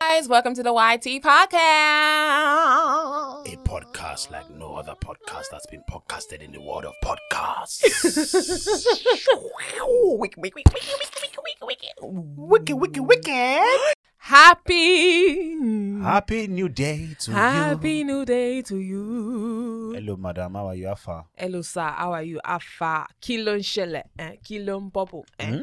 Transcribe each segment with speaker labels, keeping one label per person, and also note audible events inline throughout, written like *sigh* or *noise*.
Speaker 1: guys. Welcome to the YT podcast.
Speaker 2: A podcast like no other podcast that's been podcasted in the world of podcasts.
Speaker 1: Wicked, wicked, wicked, wicked, wicked, wicked, wicked, wicked, wicked. Happy,
Speaker 2: *laughs* Happy new day to
Speaker 1: happy
Speaker 2: you.
Speaker 1: new day to you.
Speaker 2: Hello, madam. How are you, Afa?
Speaker 1: Hello, sir. How are you? Afa, kilo nshele, eh? Kilo mbobo, eh?
Speaker 2: Hmm?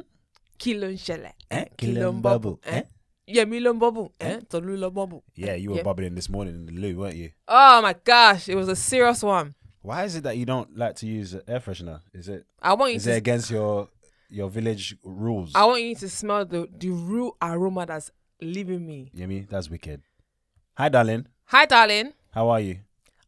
Speaker 1: Kilo nshele, eh?
Speaker 2: Kí ló ń bubble, eh?
Speaker 1: Yemi lo mbobo, eh? Tolu lo mbobo.
Speaker 2: Yeah, you were
Speaker 1: Yeah.
Speaker 2: bubbling this morning in the loo, weren't you?
Speaker 1: Oh my gosh, it was a serious one.
Speaker 2: Why is it that you don't like to use air freshener? Is it
Speaker 1: I want you
Speaker 2: is
Speaker 1: to
Speaker 2: it against your your village rules?
Speaker 1: I want you to smell the, the real aroma that's leaving me.
Speaker 2: You know me? That's wicked. Hi, darling.
Speaker 1: Hi, darling.
Speaker 2: How are you?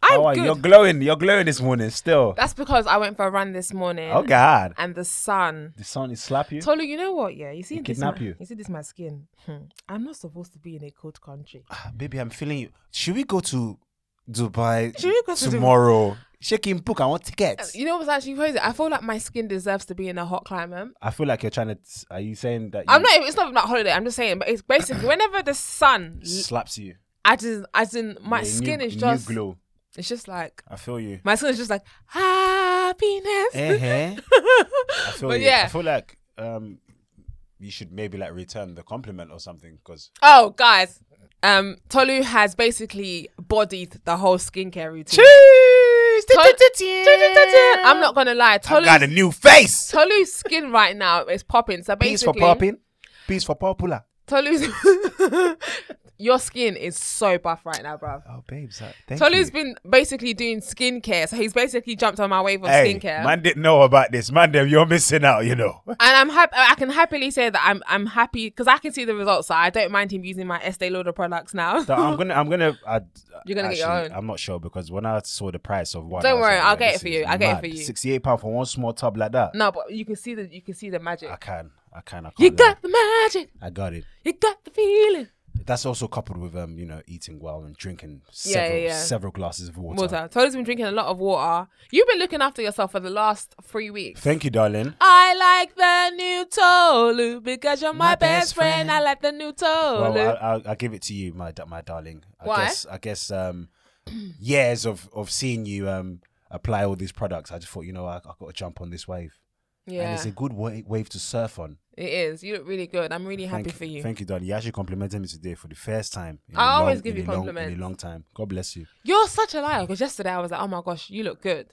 Speaker 1: I'm
Speaker 2: How are
Speaker 1: good.
Speaker 2: you? You're glowing. You're glowing this morning still.
Speaker 1: That's because I went for a run this morning.
Speaker 2: Oh God.
Speaker 1: And the sun.
Speaker 2: The sun is slap you.
Speaker 1: Tolu, you know what? Yeah, you see this.
Speaker 2: kidnap
Speaker 1: my,
Speaker 2: you.
Speaker 1: see this my skin. Hmm. I'm not supposed to be in a cold country.
Speaker 2: Ah, *sighs* baby, I'm feeling you. Should we go to Dubai
Speaker 1: Should we go to Dubai? Uh,
Speaker 2: tomorrow? Shaking book, I want tickets.
Speaker 1: You know what's actually crazy? I feel like my skin deserves to be in a hot climate.
Speaker 2: I feel like you're trying to. Are you saying that?
Speaker 1: I'm
Speaker 2: you-
Speaker 1: not. It's not about holiday. I'm just saying. But it's basically whenever the sun,
Speaker 2: slaps you.
Speaker 1: as in, as in my
Speaker 2: Yeah,
Speaker 1: skin
Speaker 2: new,
Speaker 1: is just,
Speaker 2: new glow.
Speaker 1: it's just like
Speaker 2: I
Speaker 1: *laughs*
Speaker 2: feel you.
Speaker 1: my skin is just like happiness.
Speaker 2: Eh-heh. I feel
Speaker 1: But
Speaker 2: you.
Speaker 1: yeah.
Speaker 2: I feel like um, you should maybe like return the compliment or something because
Speaker 1: Oh, guys. Um, Tolu has basically bodied the whole skincare routine. Tol- I'm not gonna lie,
Speaker 2: I got a
Speaker 1: Tolu's,
Speaker 2: new face.
Speaker 1: Tolu's skin right now is popping. So
Speaker 2: Peace for
Speaker 1: basically,
Speaker 2: popping. Peace for popular.
Speaker 1: Tolu's *laughs* your skin is so buff right now, bruv.
Speaker 2: Oh, babes, uh, thank
Speaker 1: Tolu's
Speaker 2: you.
Speaker 1: been basically doing skincare, so he's basically jumped on my wave of
Speaker 2: Hey,
Speaker 1: skincare,
Speaker 2: man didn't know about this. Man, damn, you're missing out, you know.
Speaker 1: and I'm happy. I can happily say that I'm I'm happy because I can see the results. So I don't mind him using my Estee Lauder products now.
Speaker 2: So I'm gonna, I'm gonna. I,
Speaker 1: You're gonna get your own.
Speaker 2: I'm not sure because when I saw the price of one,
Speaker 1: Don't
Speaker 2: I was
Speaker 1: worry,
Speaker 2: like,
Speaker 1: I'll
Speaker 2: "Yeah,
Speaker 1: get it
Speaker 2: this
Speaker 1: for
Speaker 2: is
Speaker 1: you. I'll get it for
Speaker 2: mad."
Speaker 1: you.
Speaker 2: Sixty-eight pound for one small tub like
Speaker 1: *laughs*
Speaker 2: that.
Speaker 1: no, but you can see the you can see the magic.
Speaker 2: I can, I can, I can.
Speaker 1: You got the magic.
Speaker 2: I got it.
Speaker 1: You got the feeling.
Speaker 2: That's also coupled with um, you know, eating well and drinking
Speaker 1: Yeah, yeah,
Speaker 2: several,
Speaker 1: yeah.
Speaker 2: several glasses of water.
Speaker 1: Water. Tony's been drinking a lot of water. You've been looking after yourself for the last three weeks.
Speaker 2: Thank you, darling.
Speaker 1: I like the new Tolu because you're my,
Speaker 2: My
Speaker 1: best,
Speaker 2: best
Speaker 1: friend.
Speaker 2: friend.
Speaker 1: I like the new Tolu.
Speaker 2: Well, I, I, I give it to you, my da- my darling. I
Speaker 1: Oh, Why?
Speaker 2: guess, I guess, um, *clears throat* years of of seeing you um apply all these products. I just thought, you know, I, I got to jump on this wave, and
Speaker 1: yeah,
Speaker 2: it's a good wa- wave to surf on.
Speaker 1: it is. You look really good. I'm really happy
Speaker 2: thank,
Speaker 1: for you.
Speaker 2: Thank you, Don. You actually complimented me today for the first time. in
Speaker 1: I
Speaker 2: a
Speaker 1: always
Speaker 2: long-
Speaker 1: give
Speaker 2: in
Speaker 1: you
Speaker 2: a long-
Speaker 1: compliments.
Speaker 2: in a long time. God bless you.
Speaker 1: You're such a liar because yesterday I was like, oh my gosh, you look good.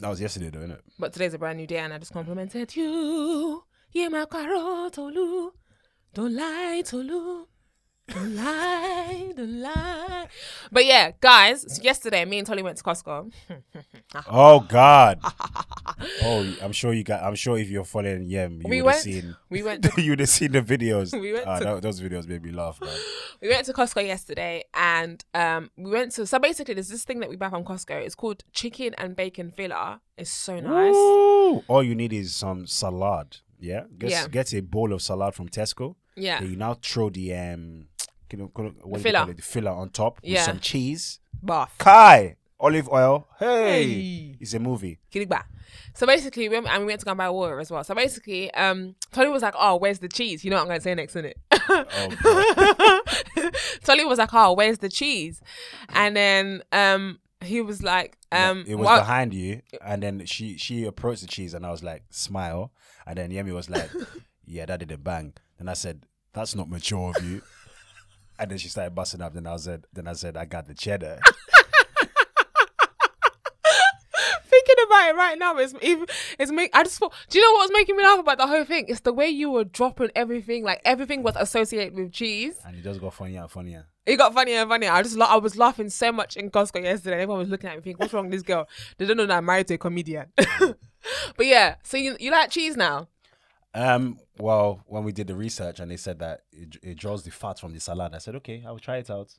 Speaker 2: That was yesterday, though, innit?
Speaker 1: But today's a brand new day and I just complimented you. Yeah, my caro, Tolu. Don't lie, Tolu. Don't lie, don't lie. But yeah, guys, so yesterday me and Tolly went to Costco. Ah. *laughs*
Speaker 2: Oh God! oh, I'm sure you got. I'm sure if you're following Yem, you
Speaker 1: We
Speaker 2: would
Speaker 1: went.
Speaker 2: have seen.
Speaker 1: We went.
Speaker 2: *laughs*
Speaker 1: To,
Speaker 2: you would have seen the videos.
Speaker 1: *laughs* We went
Speaker 2: Ah,
Speaker 1: to-
Speaker 2: tho- those videos made me laugh, man.
Speaker 1: we went to Costco yesterday, and um, we went to. So basically, there's this thing that we buy from Costco. It's called chicken and bacon filler. It's so nice.
Speaker 2: Ooh. All you need is some salad. Yeah. Get,
Speaker 1: Yeah.
Speaker 2: Get a bowl of salad from Tesco.
Speaker 1: Yeah,
Speaker 2: Then you now throw the um, you know, call it- what do you
Speaker 1: filler.
Speaker 2: call it? The filler on top
Speaker 1: Yeah.
Speaker 2: with some cheese.
Speaker 1: bath.
Speaker 2: Kai, olive oil.
Speaker 1: Hey.
Speaker 2: hey. it's a movie.
Speaker 1: Kiligba. So basically, we, and we went to go and buy water as well. So basically, um, Tolly was like, "Oh, where's the cheese?" You know what I'm going to say next, innit? *laughs* Tolly was like, "Oh, where's the cheese?" And then um, he was like,
Speaker 2: Yeah,
Speaker 1: um,
Speaker 2: it was
Speaker 1: well-
Speaker 2: behind you, and then she she approached the cheese, and I was like, smile, and then Yemi was like, yeah, that did a bang. Then I said, that's not mature of you. And then she started busting up. Then I said, then I said, I got the cheddar.
Speaker 1: thinking about it right now it's even it's make I just thought do you know what was making me laugh about the whole thing? It's the way you were dropping everything, like everything was associated with cheese.
Speaker 2: and it just got funnier and funnier.
Speaker 1: It got funnier and funnier. I just la- I was laughing so much in Costco yesterday. Everyone was looking at me thinking, What's wrong with this girl? They don't know that I'm married to a comedian. *laughs* but yeah, so you you like cheese now?
Speaker 2: Um, well, when we did the research, and they said that it, it draws the fat from the salad, I said, okay, I'll try it out.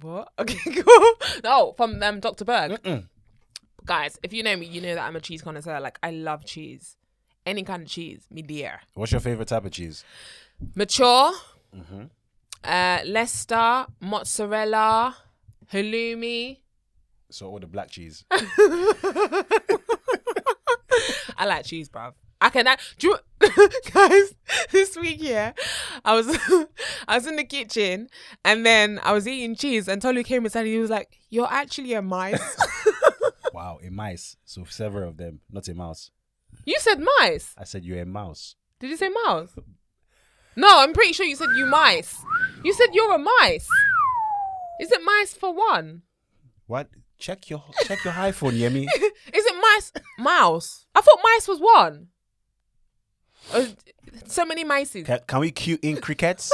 Speaker 1: What? *laughs* Okay, cool. No, from um, Dr. Berg.
Speaker 2: Mm-mm.
Speaker 1: Guys, if you know me, you know that I'm a cheese connoisseur. Like I love cheese. Any kind of cheese, me dear.
Speaker 2: What's your favorite type of cheese?
Speaker 1: Mature,
Speaker 2: Mm-hmm.
Speaker 1: uh, Leicester, mozzarella, halloumi.
Speaker 2: So all the black cheese.
Speaker 1: I like cheese, bruv. I can act. Do you, *laughs* guys, this week here, I was *laughs* I was in the kitchen and then I was eating cheese and Tolu came inside and he was like, You're actually a mice.
Speaker 2: Wow, a mice. So several of them, not a mouse.
Speaker 1: you said mice.
Speaker 2: I said you're a mouse.
Speaker 1: Did you say mouse? No, I'm pretty sure you said you mice. You said you're a mice. Is it mice for one?
Speaker 2: What? Check your check your iPhone,
Speaker 1: *laughs*
Speaker 2: Yemi.
Speaker 1: Is it mice? Mouse. I thought mice was one. Uh, so many mices.
Speaker 2: Can, can we cue in crickets?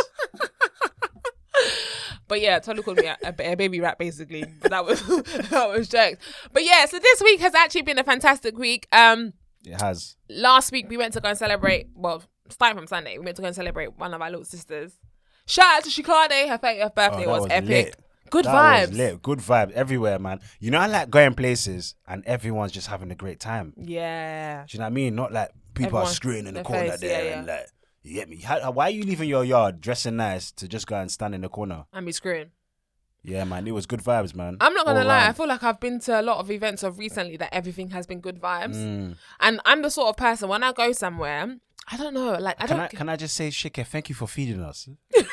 Speaker 1: But yeah, Tolu called me a, a- a baby rat basically. But that was *laughs* that was jokes. But yeah, so this week has actually been a fantastic week. Um,
Speaker 2: It has.
Speaker 1: last week we went to go and celebrate. Well, starting from Sunday, we went to go and celebrate one of our little sisters. Shout out to Shikade, her 30th birthday
Speaker 2: Oh, that
Speaker 1: was,
Speaker 2: was
Speaker 1: epic.
Speaker 2: lit.
Speaker 1: Good
Speaker 2: That was
Speaker 1: vibes.
Speaker 2: lit. Good vibes everywhere, man. You know, I like going places and everyone's just having a great time.
Speaker 1: Yeah.
Speaker 2: Do you know what I mean? Not like people are
Speaker 1: Everyone-
Speaker 2: screwing in the
Speaker 1: their
Speaker 2: corner
Speaker 1: face,
Speaker 2: there
Speaker 1: yeah, yeah.
Speaker 2: and like, you get me? How, why are you leaving your yard dressing nice to just go and stand in the corner?
Speaker 1: I'm be screwing.
Speaker 2: Yeah, man, it was good vibes, man.
Speaker 1: I'm not gonna
Speaker 2: All
Speaker 1: lie. I
Speaker 2: round.
Speaker 1: feel like I've been to a lot of events of recently that everything has been good vibes,
Speaker 2: Mm.
Speaker 1: and I'm the sort of person when I go somewhere, I don't know, like I
Speaker 2: Can
Speaker 1: don't.
Speaker 2: I, can I just say, Shika, thank you for feeding us.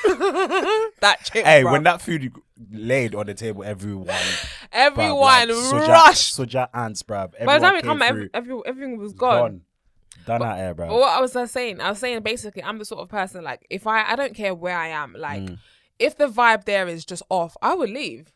Speaker 1: that *laughs* chip,
Speaker 2: Hey,
Speaker 1: bruv.
Speaker 2: when that food laid on the table, everyone,
Speaker 1: *laughs* everyone
Speaker 2: like, soja-
Speaker 1: rushed.
Speaker 2: soja ants, bruv.
Speaker 1: By the time
Speaker 2: Everyone
Speaker 1: it
Speaker 2: came
Speaker 1: come, every,
Speaker 2: through,
Speaker 1: every, everything was gone.
Speaker 2: gone, done out here, bruv.
Speaker 1: But what I was uh, saying, I was saying basically, I'm the sort of person like if I I don't care where I am, like
Speaker 2: Mm.
Speaker 1: if the vibe there is just off, I would leave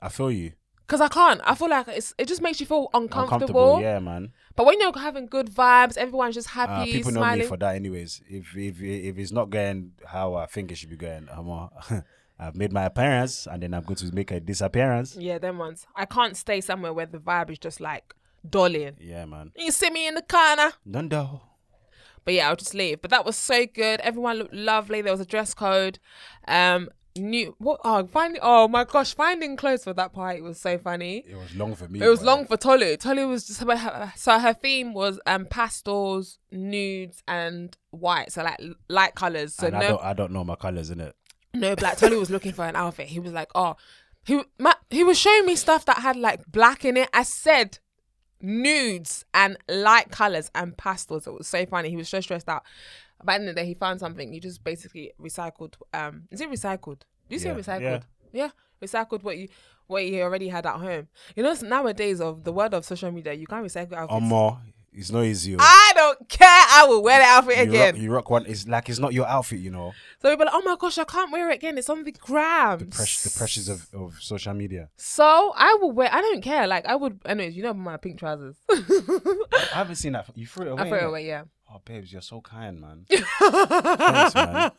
Speaker 2: I feel you.
Speaker 1: because I can't. I feel like it's it just makes you feel uncomfortable.
Speaker 2: Uncomfortable, yeah, man.
Speaker 1: But when you're having good vibes, everyone's just
Speaker 2: Uh,
Speaker 1: happy,
Speaker 2: people know me
Speaker 1: smiling.
Speaker 2: for that, anyways. If if if it's not going how I think it should be going, I'm all, *laughs* I've made my appearance, and then I'm going to make a disappearance.
Speaker 1: Yeah, them ones. I can't stay somewhere where the vibe is just like dolling.
Speaker 2: Yeah, man.
Speaker 1: You see me in the corner.
Speaker 2: Dundo.
Speaker 1: But yeah, I'll just leave. But that was so good. Everyone looked lovely. There was a dress code. Um, new what? Oh, finding. Oh my gosh, finding clothes for that party was so funny.
Speaker 2: It was long for me.
Speaker 1: It was
Speaker 2: bruv.
Speaker 1: long for Tolu. Tolu was just about her, so her theme was um pastels, nudes, and white. So like l- light colors. So
Speaker 2: and
Speaker 1: no
Speaker 2: I don't I don't know my colors in it.
Speaker 1: no black. Tolu was looking for an outfit. He was like, oh, he my, he was showing me stuff that had like black in it. I said nudes and light colors and pastels. It was so funny. He was so stressed out. But at the end of the day, he found something. He just basically recycled. Um, is it recycled? Do you
Speaker 2: Yeah,
Speaker 1: say recycled? yeah,
Speaker 2: yeah.
Speaker 1: recycled what you what you already had at home. You know, nowadays of the world of social media, you can't recycle outfits.
Speaker 2: Or more. It's not easy. oh.
Speaker 1: I don't care. I will wear the outfit
Speaker 2: you
Speaker 1: again.
Speaker 2: rock, you rock one. It's like it's not your outfit, you know.
Speaker 1: so people, are like, oh my gosh, I can't wear it again. It's on the gram.
Speaker 2: Press, the pressures of, of social media.
Speaker 1: So I would wear. I don't care. Like I would. Anyways, you know my pink trousers. *laughs*
Speaker 2: I haven't seen that. You threw it away.
Speaker 1: I threw it
Speaker 2: innit?
Speaker 1: away. Yeah.
Speaker 2: Oh, babes, you're so
Speaker 1: *laughs*
Speaker 2: kind, man. Thanks, man.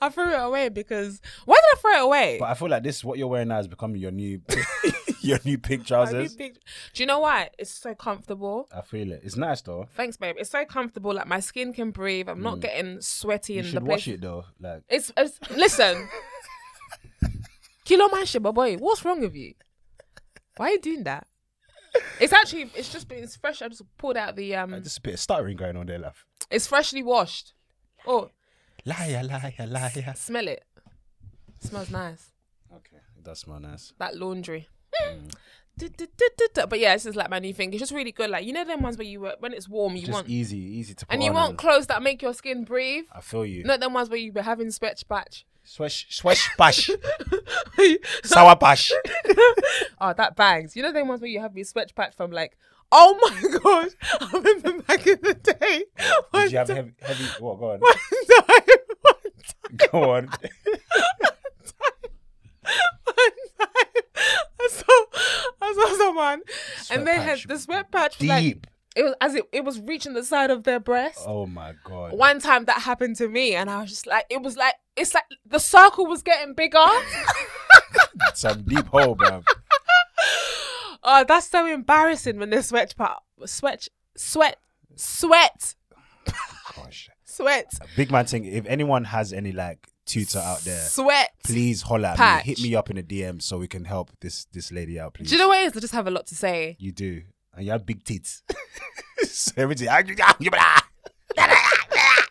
Speaker 1: I threw it away because why did I throw it away?
Speaker 2: But I feel like this what you're wearing now is becoming your new, *laughs* your new pink
Speaker 1: My new
Speaker 2: trousers.
Speaker 1: pink- Do you know why? It's so comfortable.
Speaker 2: I feel it. It's nice though.
Speaker 1: Thanks, babe. It's so comfortable. Like my skin can breathe. I'm not getting sweaty
Speaker 2: Mm. You
Speaker 1: in the
Speaker 2: should
Speaker 1: place.
Speaker 2: wash it though. Like
Speaker 1: It's, it's
Speaker 2: *laughs*
Speaker 1: listen. Kilo my shit, my boy. What's wrong with you? Why are you doing that? It's actually. It's just been. It's fresh. I just pulled out the um.
Speaker 2: there's a bit of stuttering going on there, love.
Speaker 1: It's freshly washed. Oh.
Speaker 2: Liar, liar, liar.
Speaker 1: Smell it. smells nice.
Speaker 2: Okay, it does smell nice.
Speaker 1: That laundry.
Speaker 2: Mm.
Speaker 1: *laughs* Du- du- du- du- du. But yeah, this is like my new thing. It's just really good. Like you know them ones where you wear- when it's warm you
Speaker 2: Just
Speaker 1: want
Speaker 2: easy, easy to put
Speaker 1: and you
Speaker 2: on
Speaker 1: want clothes that make your skin breathe.
Speaker 2: I feel you.
Speaker 1: Not them ones where you be having sweat patch. *laughs*
Speaker 2: Swish, swish, bash, sour bash.
Speaker 1: oh, that bangs. You know them ones where you have your sweat patch from like. Oh my *laughs* gosh! I remember back in the day. One
Speaker 2: Did you have
Speaker 1: ti-
Speaker 2: heavy, heavy? What?
Speaker 1: *laughs*
Speaker 2: Go on.
Speaker 1: one time, one time. *laughs*
Speaker 2: Go on.
Speaker 1: one time, I saw, I saw someone, and they
Speaker 2: Sweat
Speaker 1: had
Speaker 2: patch.
Speaker 1: the sweat patch was like
Speaker 2: Deep.
Speaker 1: it was as it, it was reaching the side of their breast.
Speaker 2: Oh my god.
Speaker 1: One time that happened to me, and I was just like, it was like it's like the circle was getting
Speaker 2: *laughs*
Speaker 1: bigger.
Speaker 2: Some deep hole, bruv.
Speaker 1: oh, that's so embarrassing when the sweat part, sweat, sweat, sweat,
Speaker 2: Gosh.
Speaker 1: sweat,
Speaker 2: Big man thing. If anyone has any like tutor out there,
Speaker 1: sweat.
Speaker 2: please holler at
Speaker 1: Patch.
Speaker 2: me. Hit me up in a DM so we can help this this lady out, please.
Speaker 1: Do you know what it is? I just have a lot to say.
Speaker 2: You do. And you have big tits. *laughs* so everything. ah, I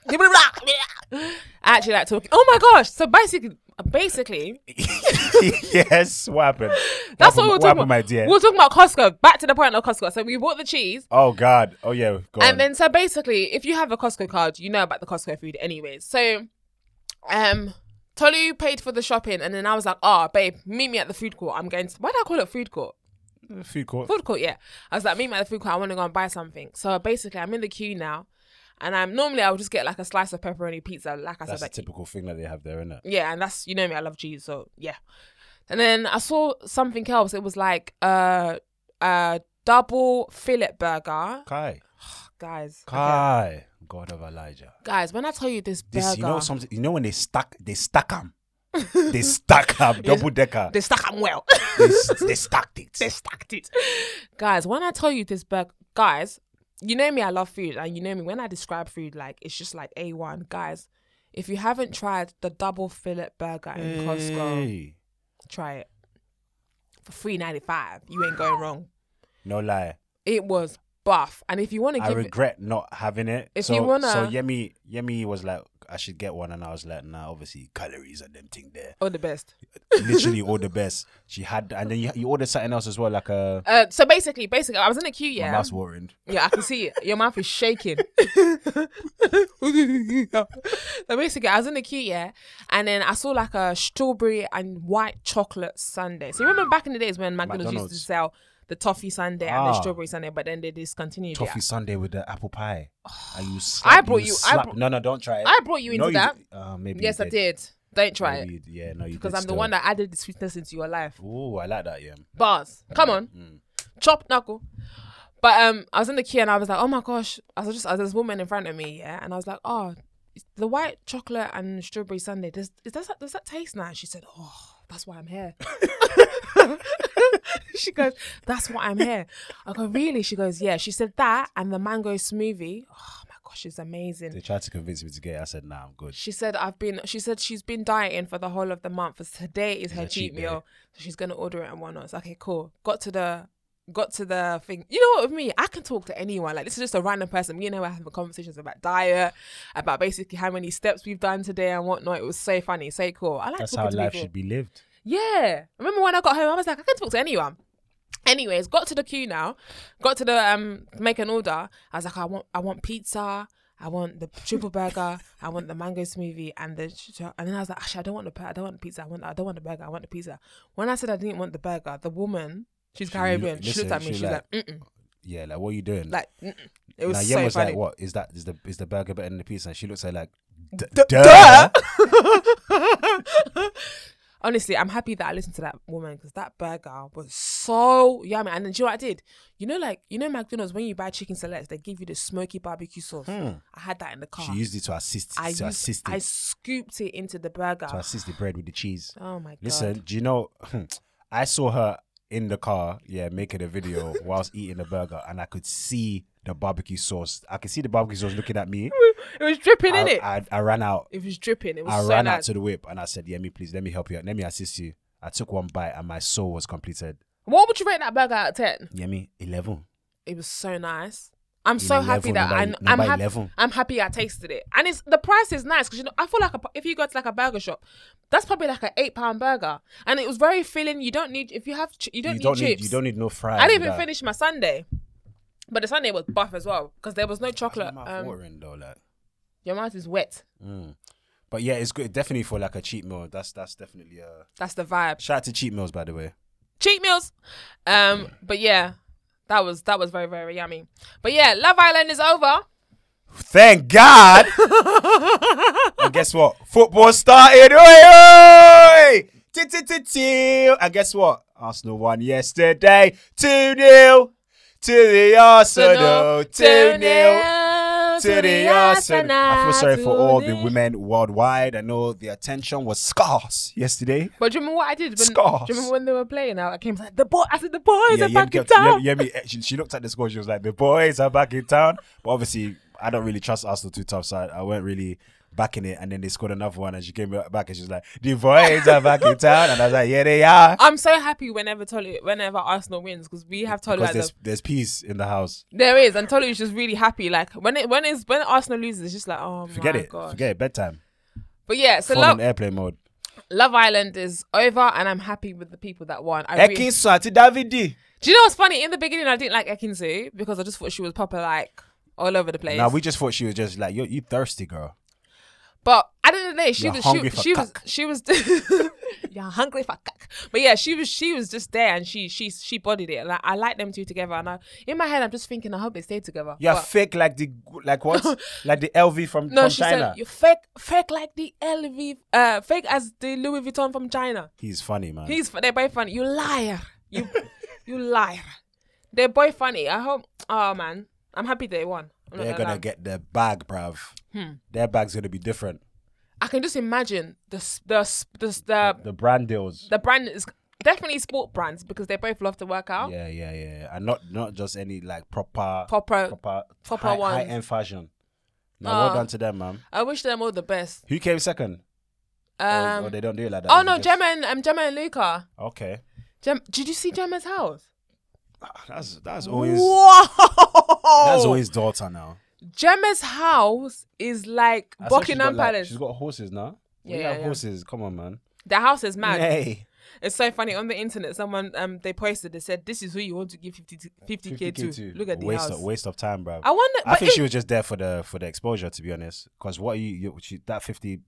Speaker 1: I actually like talking. Oh my gosh! So basically, Basically,
Speaker 2: *laughs* yes, what happened?
Speaker 1: that's what, we were
Speaker 2: what happened, what
Speaker 1: talking
Speaker 2: happened,
Speaker 1: about.
Speaker 2: my dear.
Speaker 1: We were talking about Costco. Back to the point of Costco. So we bought the cheese.
Speaker 2: Oh God! Oh yeah, go on.
Speaker 1: And then so basically, if you have a Costco card, you know about the Costco food anyways. So um Tolu paid for the shopping and then I was like, oh babe, meet me at the food court. I'm going to why do I call it food court?
Speaker 2: food court.
Speaker 1: Food court, yeah. I was like, meet me at the food court, I want to go and buy something. So basically I'm in the queue now and I'm normally I would just get like a slice of pepperoni pizza, like I
Speaker 2: That's
Speaker 1: said,
Speaker 2: a
Speaker 1: like,
Speaker 2: typical thing that they have there, isn't it?
Speaker 1: yeah, and that's you know me, I love cheese, so yeah. And then I saw something else. It was like uh uh double fillet burger.
Speaker 2: Kai,
Speaker 1: Guys, okay.
Speaker 2: Kai, God of Elijah.
Speaker 1: guys, when I tell you this burger
Speaker 2: This, you know, something. You know when they stack, they
Speaker 1: *laughs*
Speaker 2: stack them. they stack them, double decker.
Speaker 1: They stuck them well. *laughs*
Speaker 2: They, s- they stacked it.
Speaker 1: they stacked it. Guys, when I tell you this burger, guys, you know me, I love food. And you know me, when I describe food, like, it's just like A1. Guys, if you haven't tried the double fillet burger in Costco,
Speaker 2: Hey,
Speaker 1: try it. For three ninety five, you ain't going wrong.
Speaker 2: no lie.
Speaker 1: It was buff. And if you want to
Speaker 2: I
Speaker 1: give it,
Speaker 2: regret not having it.
Speaker 1: If
Speaker 2: so,
Speaker 1: you wanna-
Speaker 2: so Yemi, Yemi was like, I should get one, and I was like, Nah, obviously calories and them thing
Speaker 1: *laughs*
Speaker 2: there.
Speaker 1: oh, the best.
Speaker 2: Literally all the best. She had, and then you, you ordered something else as well, like a.
Speaker 1: Uh, so basically, basically, I was in the queue,
Speaker 2: My
Speaker 1: yeah.
Speaker 2: mouth's watering.
Speaker 1: Yeah, I can see it. Your mouth is
Speaker 2: *laughs*
Speaker 1: shaking. so basically, I was in the queue, yeah, and then I saw like a strawberry and white chocolate sundae. So you remember back in the days when McDonald's, used
Speaker 2: McDonald's.
Speaker 1: to sell the toffee sundae and the
Speaker 2: Ah.
Speaker 1: strawberry sundae, but then they discontinued
Speaker 2: toffee
Speaker 1: it.
Speaker 2: sundae with the apple
Speaker 1: *sighs*
Speaker 2: pie. and you slap,
Speaker 1: I brought you- I
Speaker 2: slap-
Speaker 1: brought-
Speaker 2: no, no, don't try it.
Speaker 1: I brought you into
Speaker 2: no, you
Speaker 1: that.
Speaker 2: did- Uh, maybe you
Speaker 1: Yes, I
Speaker 2: did.
Speaker 1: did. Don't try it
Speaker 2: Maybe you d- yeah, no, you
Speaker 1: because
Speaker 2: did
Speaker 1: I'm the
Speaker 2: still.
Speaker 1: one that added the sweetness into your life.
Speaker 2: Ooh, I like that. Yeah.
Speaker 1: Bars, come on, chop knuckle. But um, I was in the queue and I was like, oh my gosh, I was just I was this woman in front of me, yeah, and I was like, oh, the white chocolate and strawberry sundae. Does is that does that taste nice? She said, oh, that's why I'm here. *laughs* she goes, that's why I'm here. I go, really? She goes, yeah. She said that and the mango smoothie. Oh my gosh, it's amazing.
Speaker 2: They tried to convince me to get. it. I said, Nah, I'm good.
Speaker 1: She said I've been. She said she's been dieting for the whole of the month. As today is her
Speaker 2: a
Speaker 1: cheat
Speaker 2: cheat day.
Speaker 1: meal, so she's gonna order it and whatnot. It's okay, cool. Got to the, got to the thing. You know what? With me, I can talk to anyone. Like this is just a random person. Me and her were having conversations about diet, about basically how many steps we've done today and whatnot. It was so funny, so cool. I like
Speaker 2: That's how
Speaker 1: talking to
Speaker 2: life
Speaker 1: people.
Speaker 2: should be lived.
Speaker 1: Yeah. Remember when I got home, I was like, I can talk to anyone. Anyways, got to the queue now, got to the um make an order. I was like, I want I want pizza, I want the triple burger, I want the mango smoothie and the ch- ch- and then I was like, actually I don't want the bur- I don't want the pizza, I want I don't want the burger, I want the pizza. When I said I didn't want the burger, the woman, she's
Speaker 2: She-
Speaker 1: Caribbean, she
Speaker 2: listen,
Speaker 1: looked at me,
Speaker 2: she
Speaker 1: she's like,
Speaker 2: like-
Speaker 1: mm mm.
Speaker 2: Yeah, like what are you doing?
Speaker 1: Like mm-mm. it was
Speaker 2: now,
Speaker 1: so
Speaker 2: Yen was
Speaker 1: funny.
Speaker 2: like, "What is that? Is the is the burger better than the pizza?" And she looks at her like, D-
Speaker 1: D-
Speaker 2: duh.
Speaker 1: duh. *laughs* Honestly, I'm happy that I listened to that woman because that burger was so yummy. And then do you know what I did? You know, like you know, McDonald's when you buy chicken selects, they give you the smoky barbecue sauce.
Speaker 2: Hmm.
Speaker 1: I had that in the car.
Speaker 2: She used it to assist
Speaker 1: I
Speaker 2: to
Speaker 1: used-
Speaker 2: assist
Speaker 1: I
Speaker 2: it,
Speaker 1: scooped it into the burger.
Speaker 2: to assist the bread with the cheese.
Speaker 1: oh my god!
Speaker 2: Listen, do you know? *clears throat* I saw her in the car, yeah, making a video whilst eating the burger, and I could see the barbecue sauce. I could see the barbecue sauce looking at
Speaker 1: *laughs*
Speaker 2: me.
Speaker 1: it was dripping in
Speaker 2: I,
Speaker 1: it.
Speaker 2: I, I ran out.
Speaker 1: it was dripping. It was
Speaker 2: I
Speaker 1: so
Speaker 2: ran out
Speaker 1: nice.
Speaker 2: to the whip, and I said, "Yeah, me, please, let me help you. out. Let me assist you." I took one bite, and my soul was completed.
Speaker 1: what would you rate that burger out of ten?
Speaker 2: Yeah, me, eleven.
Speaker 1: It was so nice. I'm
Speaker 2: You
Speaker 1: so
Speaker 2: know,
Speaker 1: happy
Speaker 2: level,
Speaker 1: that
Speaker 2: number-
Speaker 1: I, I'm
Speaker 2: number
Speaker 1: happy.
Speaker 2: 11.
Speaker 1: I'm happy I tasted it, and it's the price is nice because you know I feel like a, if you go to like a burger shop, that's probably like an eight pound burger, and it was very filling. You don't need if you have ch- you don't
Speaker 2: you
Speaker 1: need
Speaker 2: don't
Speaker 1: chips.
Speaker 2: need you don't need no fries.
Speaker 1: I didn't even
Speaker 2: like-
Speaker 1: finish my Sunday, but the Sunday was buff as well because there was no
Speaker 2: My
Speaker 1: chocolate.
Speaker 2: mouth
Speaker 1: Um,
Speaker 2: watering though, like.
Speaker 1: your mouth is wet.
Speaker 2: Mm. But yeah, it's good. Definitely for like a cheat meal. That's that's definitely a
Speaker 1: That's the vibe.
Speaker 2: shout out to cheat meals, by the way.
Speaker 1: Cheat meals, um, but yeah, that was that was very very yummy. But yeah, Love Island is over.
Speaker 2: Thank *laughs* God. and guess what? Football started. Oi, oi! Ti-ti-ti-ti. And guess what? Arsenal won yesterday. 2 0 to the Arsenal. 2 0 to the Arsenal. I feel sorry for all the women worldwide. I know the attention was scarce yesterday.
Speaker 1: But do you remember what I did? When, do you
Speaker 2: Scars.
Speaker 1: remember when they were playing? I came like the boy. I said the boys
Speaker 2: yeah,
Speaker 1: are back in
Speaker 2: Yemi,
Speaker 1: town.
Speaker 2: Yemi, Yemi, eh, she, she looked at the score. She was like, "The boys are back in town." But obviously, I don't really trust Arsenal too tough, so I, I weren't really backing it. And then they scored another one, and she came back and she was like, "The boys are back in town," and I was like, "Yeah,
Speaker 1: *laughs*
Speaker 2: they are."
Speaker 1: I'm so happy whenever Tolu, whenever Arsenal wins because we have Tolu.
Speaker 2: Because
Speaker 1: At the,
Speaker 2: there's there's peace in the house.
Speaker 1: there is, and Tolu is just really happy. Like when it when is when Arsenal loses, it's just like oh
Speaker 2: Forget
Speaker 1: my
Speaker 2: it.
Speaker 1: god.
Speaker 2: Forget it. Bedtime.
Speaker 1: But yeah, so
Speaker 2: Phone on
Speaker 1: love
Speaker 2: airplane mode.
Speaker 1: Love Island is over, and I'm happy with the people that won. I really-
Speaker 3: Ekinsu àti Davidi.
Speaker 1: Do you know what's funny? In the beginning, I didn't like Ekinsu because I just thought she was proper like all over the place.
Speaker 2: Now we just thought she was just like you. You thirsty girl.
Speaker 1: But at the end of the day, she
Speaker 2: You're
Speaker 1: was she,
Speaker 2: hungry for
Speaker 1: she was she was *laughs* you're hungry for cuck. But yeah, she was she was just there and she she she bodied it. Like I like them two together, and I, in my head I'm just thinking I hope they stay together.
Speaker 3: You are
Speaker 1: But-
Speaker 3: fake like the like what?
Speaker 1: *laughs*
Speaker 3: like the LV from,
Speaker 1: no,
Speaker 3: from
Speaker 1: she
Speaker 3: China.
Speaker 1: said you're fake fake like the LV uh fake as the Louis Vuitton from China.
Speaker 2: He's funny, man.
Speaker 1: He's they're both funny. You liar,
Speaker 2: *laughs*
Speaker 1: you you liar. They're both funny. I hope. Oh man, I'm happy they won. I'm not
Speaker 2: They're
Speaker 1: gonna
Speaker 2: gonna
Speaker 1: lie.
Speaker 2: get their bag, bruv.
Speaker 1: Hmm.
Speaker 2: Their bag's gonna be different.
Speaker 1: I can just imagine the s- the s- the s- the,
Speaker 2: The brand deals.
Speaker 1: the brand is definitely sport brands because they both love to work out.
Speaker 2: Yeah, yeah, yeah, and not not just any like proper,
Speaker 1: Proper.
Speaker 2: proper,
Speaker 1: proper
Speaker 2: high,
Speaker 1: ones.
Speaker 2: high-end fashion. Now, well
Speaker 1: Oh.
Speaker 2: done to them, man.
Speaker 1: I wish them all the best.
Speaker 2: Who came second? Or-
Speaker 1: Um,
Speaker 2: or, they don't do it like that.
Speaker 1: oh
Speaker 2: they
Speaker 1: no,
Speaker 2: just-
Speaker 1: Gemma and um, Gemma and Luca.
Speaker 2: Okay,
Speaker 1: Gem- did you see Gemma's house?
Speaker 2: that's that's always
Speaker 1: Whoa!
Speaker 2: that's always daughter now.
Speaker 1: Gemma's house is like
Speaker 2: I saw she's
Speaker 1: Buckingham
Speaker 2: got, like-
Speaker 1: Palace.
Speaker 2: she's got horses now. Yeah,
Speaker 1: Yeah,
Speaker 2: you have
Speaker 1: yeah.
Speaker 2: horses. Come on, man.
Speaker 1: the house is mad.
Speaker 2: Hey,
Speaker 1: It's so funny on the internet. Someone um they posted. They said this is who you want to give 50 k
Speaker 2: 50K
Speaker 1: to.
Speaker 2: too.
Speaker 1: Look at the
Speaker 2: waste
Speaker 1: house.
Speaker 2: Of, waste of time, bro.
Speaker 1: I wonder.
Speaker 2: I
Speaker 1: but
Speaker 2: think
Speaker 1: it-
Speaker 2: she was just there for the for the exposure, to be honest. Because what you, you she, that 50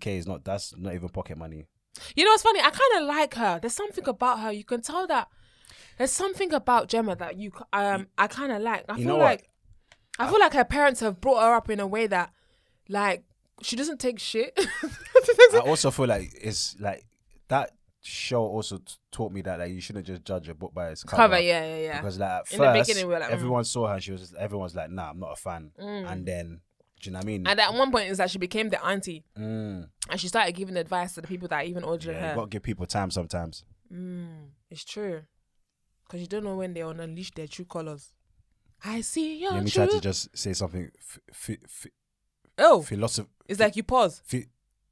Speaker 2: k is not that's not even pocket money.
Speaker 1: You know what's funny? I kind of like her. There's something about her. You can tell that there's something about Gemma that you c- um I kind of like. I
Speaker 2: You
Speaker 1: feel
Speaker 2: know what?
Speaker 1: like I feel like her parents have brought her up in a way that like she doesn't take shit. *laughs* She takes
Speaker 2: *laughs* I
Speaker 1: it-
Speaker 2: also feel like it's like that show also t- taught me that like you shouldn't just judge a book by its cover.
Speaker 1: Cover, yeah, yeah, yeah.
Speaker 2: Because like at
Speaker 1: In the
Speaker 2: first,
Speaker 1: beginning, we were like, mm.
Speaker 2: everyone saw her. And she was everyone's like, nah, I'm not a fan. And then, do you know what I mean?
Speaker 1: And at one point is that she became the auntie
Speaker 2: Mm.
Speaker 1: and she started giving advice to the people that even older than
Speaker 2: Yeah, you
Speaker 1: her.
Speaker 2: gotta give people time sometimes.
Speaker 1: Mm, it's true. Because you don't know when they'll unleash their true colors. I see your
Speaker 2: Let me try
Speaker 1: true.
Speaker 2: to just say something f- f- f-
Speaker 1: oh,
Speaker 2: philosoph-
Speaker 1: it's like you pause.
Speaker 2: f-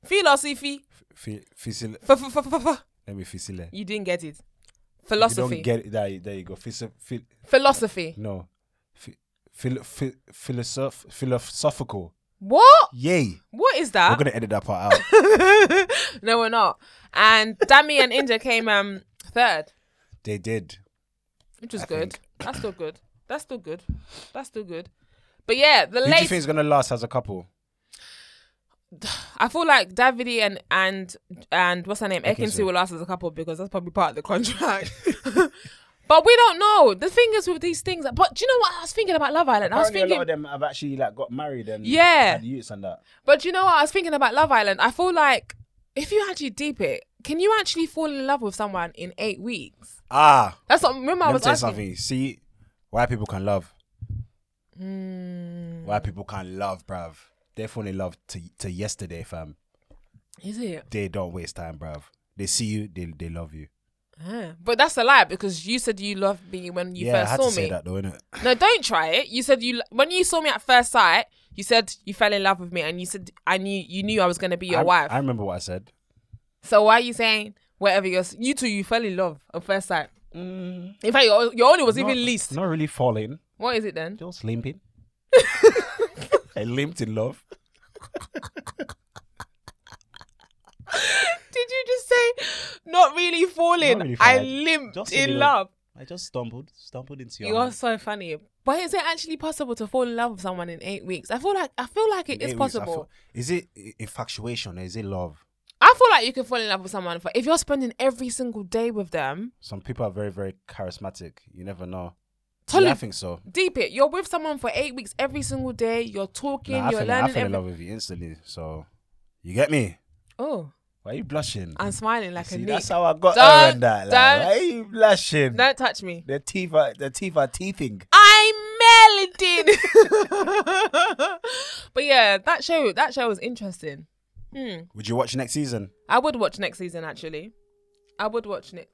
Speaker 1: Philosophy.
Speaker 2: f- physil-
Speaker 1: F- f- f- f- f-
Speaker 2: Let me physile.
Speaker 1: You didn't get it.
Speaker 2: You
Speaker 1: Philosophy.
Speaker 2: don't get it. There, there you go. Physio- phil-
Speaker 1: Philosophy.
Speaker 2: no. Phi- phil- phi- philosoph- philosophical.
Speaker 1: What?
Speaker 2: Yay.
Speaker 1: What is
Speaker 2: We're
Speaker 1: that?
Speaker 2: going to edit
Speaker 1: *laughs*
Speaker 2: that part out.
Speaker 1: no, we're not. And Dami and Inja came um third,
Speaker 2: they did.
Speaker 1: which was good. That's still good. That's still good. That's still good. But yeah, the
Speaker 2: Who do you
Speaker 1: late.
Speaker 2: think is going to last as a couple?
Speaker 1: I feel like Davide and and and what's her name
Speaker 2: Ekinsu.
Speaker 1: Ekinsu will last as a couple because that's probably part of the contract. *laughs* but we don't know. The thing is with these things. But do you know what I was thinking about Love Island? I was
Speaker 2: Apparently a lot
Speaker 1: thinking.
Speaker 2: of them have actually like got married and
Speaker 1: Yeah.
Speaker 2: had youths and that.
Speaker 1: But do you know what I was thinking about Love Island? I feel like if you actually deep it, can you actually fall in love with someone in eight weeks?
Speaker 2: Ah,
Speaker 1: That's what. Remember I
Speaker 2: let me
Speaker 1: was
Speaker 2: tell you
Speaker 1: asking.
Speaker 2: something. See, white people can love.
Speaker 1: Hmm.
Speaker 2: White people can love, bruv. They fall in love to, to yesterday, fam.
Speaker 1: Is it?
Speaker 2: They don't waste time, bruv. They see you, they, they love you.
Speaker 1: Ah. But that's a lie because you said you loved me when you
Speaker 2: yeah, I
Speaker 1: first
Speaker 2: had
Speaker 1: saw
Speaker 2: to say
Speaker 1: me.
Speaker 2: that though, innit?
Speaker 1: No, don't try it. You said you when you saw me at first sight. You said you fell in love with me, and you said I knew you knew I was gonna be your
Speaker 2: I,
Speaker 1: wife.
Speaker 2: I remember what I said.
Speaker 1: so why are you saying whatever you're s- you two you fell in love at first sight?
Speaker 2: Mm.
Speaker 1: In fact, your, your only was even
Speaker 2: Not-
Speaker 1: least.
Speaker 2: Not really falling,
Speaker 1: What is it then? *laughs*
Speaker 2: just limping. I limped in love.
Speaker 1: Did you just say not really falling?
Speaker 2: Not really
Speaker 1: I
Speaker 2: falling.
Speaker 1: limped
Speaker 2: Just a
Speaker 1: in
Speaker 2: little-
Speaker 1: love.
Speaker 2: I just stumbled, stumbled into
Speaker 1: You are so funny. But is it actually possible to fall in love with someone in eight weeks? I feel like I feel like it is possible.
Speaker 2: is it i- infatuation? or Is it love?
Speaker 1: I feel like you can fall in love with someone for if you're spending every single day with them.
Speaker 2: Some people are very, very charismatic. You never know.
Speaker 1: Totally
Speaker 2: Yeah, I think so.
Speaker 1: deep it. You're with someone for eight weeks every single day. You're talking.
Speaker 2: Nah, I
Speaker 1: you're
Speaker 2: fell, in- I
Speaker 1: learning.
Speaker 2: fell in
Speaker 1: Every-
Speaker 2: love with you instantly. So, you get me?
Speaker 1: oh,
Speaker 2: Why are you blushing?
Speaker 1: I'm smiling like a
Speaker 2: See,
Speaker 1: neat.
Speaker 2: that's how I got
Speaker 1: Don't-
Speaker 2: around that. Like,
Speaker 1: don't-
Speaker 2: why are you blushing?
Speaker 1: Don't touch me.
Speaker 2: The teeth are the teeth are teething.
Speaker 1: I'm
Speaker 2: *laughs*
Speaker 1: melting. but yeah, that show that show was interesting. Hmm.
Speaker 2: Would you watch next season?
Speaker 1: I would watch next season actually. I would watch next.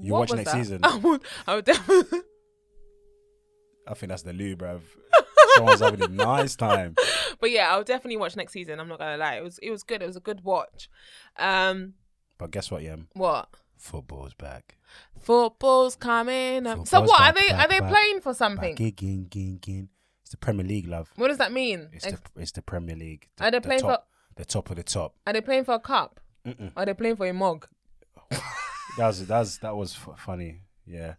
Speaker 2: You
Speaker 1: What
Speaker 2: watch
Speaker 1: was
Speaker 2: next
Speaker 1: that?
Speaker 2: season.
Speaker 1: *laughs* I would. I would definitely.
Speaker 2: I think that's the
Speaker 1: *laughs*
Speaker 2: loo, bruv. Someone's having a nice time.
Speaker 1: But yeah, I'll definitely watch next season. I'm not gonna lie. It was it was good. It was a good watch. Um,
Speaker 2: But guess what, Yem?
Speaker 1: what
Speaker 2: Football's back.
Speaker 1: football's coming? up. so
Speaker 2: Football's
Speaker 1: what are
Speaker 2: back,
Speaker 1: they?
Speaker 2: back,
Speaker 1: are they
Speaker 2: back,
Speaker 1: playing for something?
Speaker 2: Back again, again, again. It's the Premier League, love.
Speaker 1: What does that mean?
Speaker 2: It's the it's the Premier League. The,
Speaker 1: Are Oh, they
Speaker 2: the
Speaker 1: playing
Speaker 2: top, the top of the top?
Speaker 1: Are they playing for a cup? Or they're playing for a mug.
Speaker 2: That was that was that was f- funny. Yeah.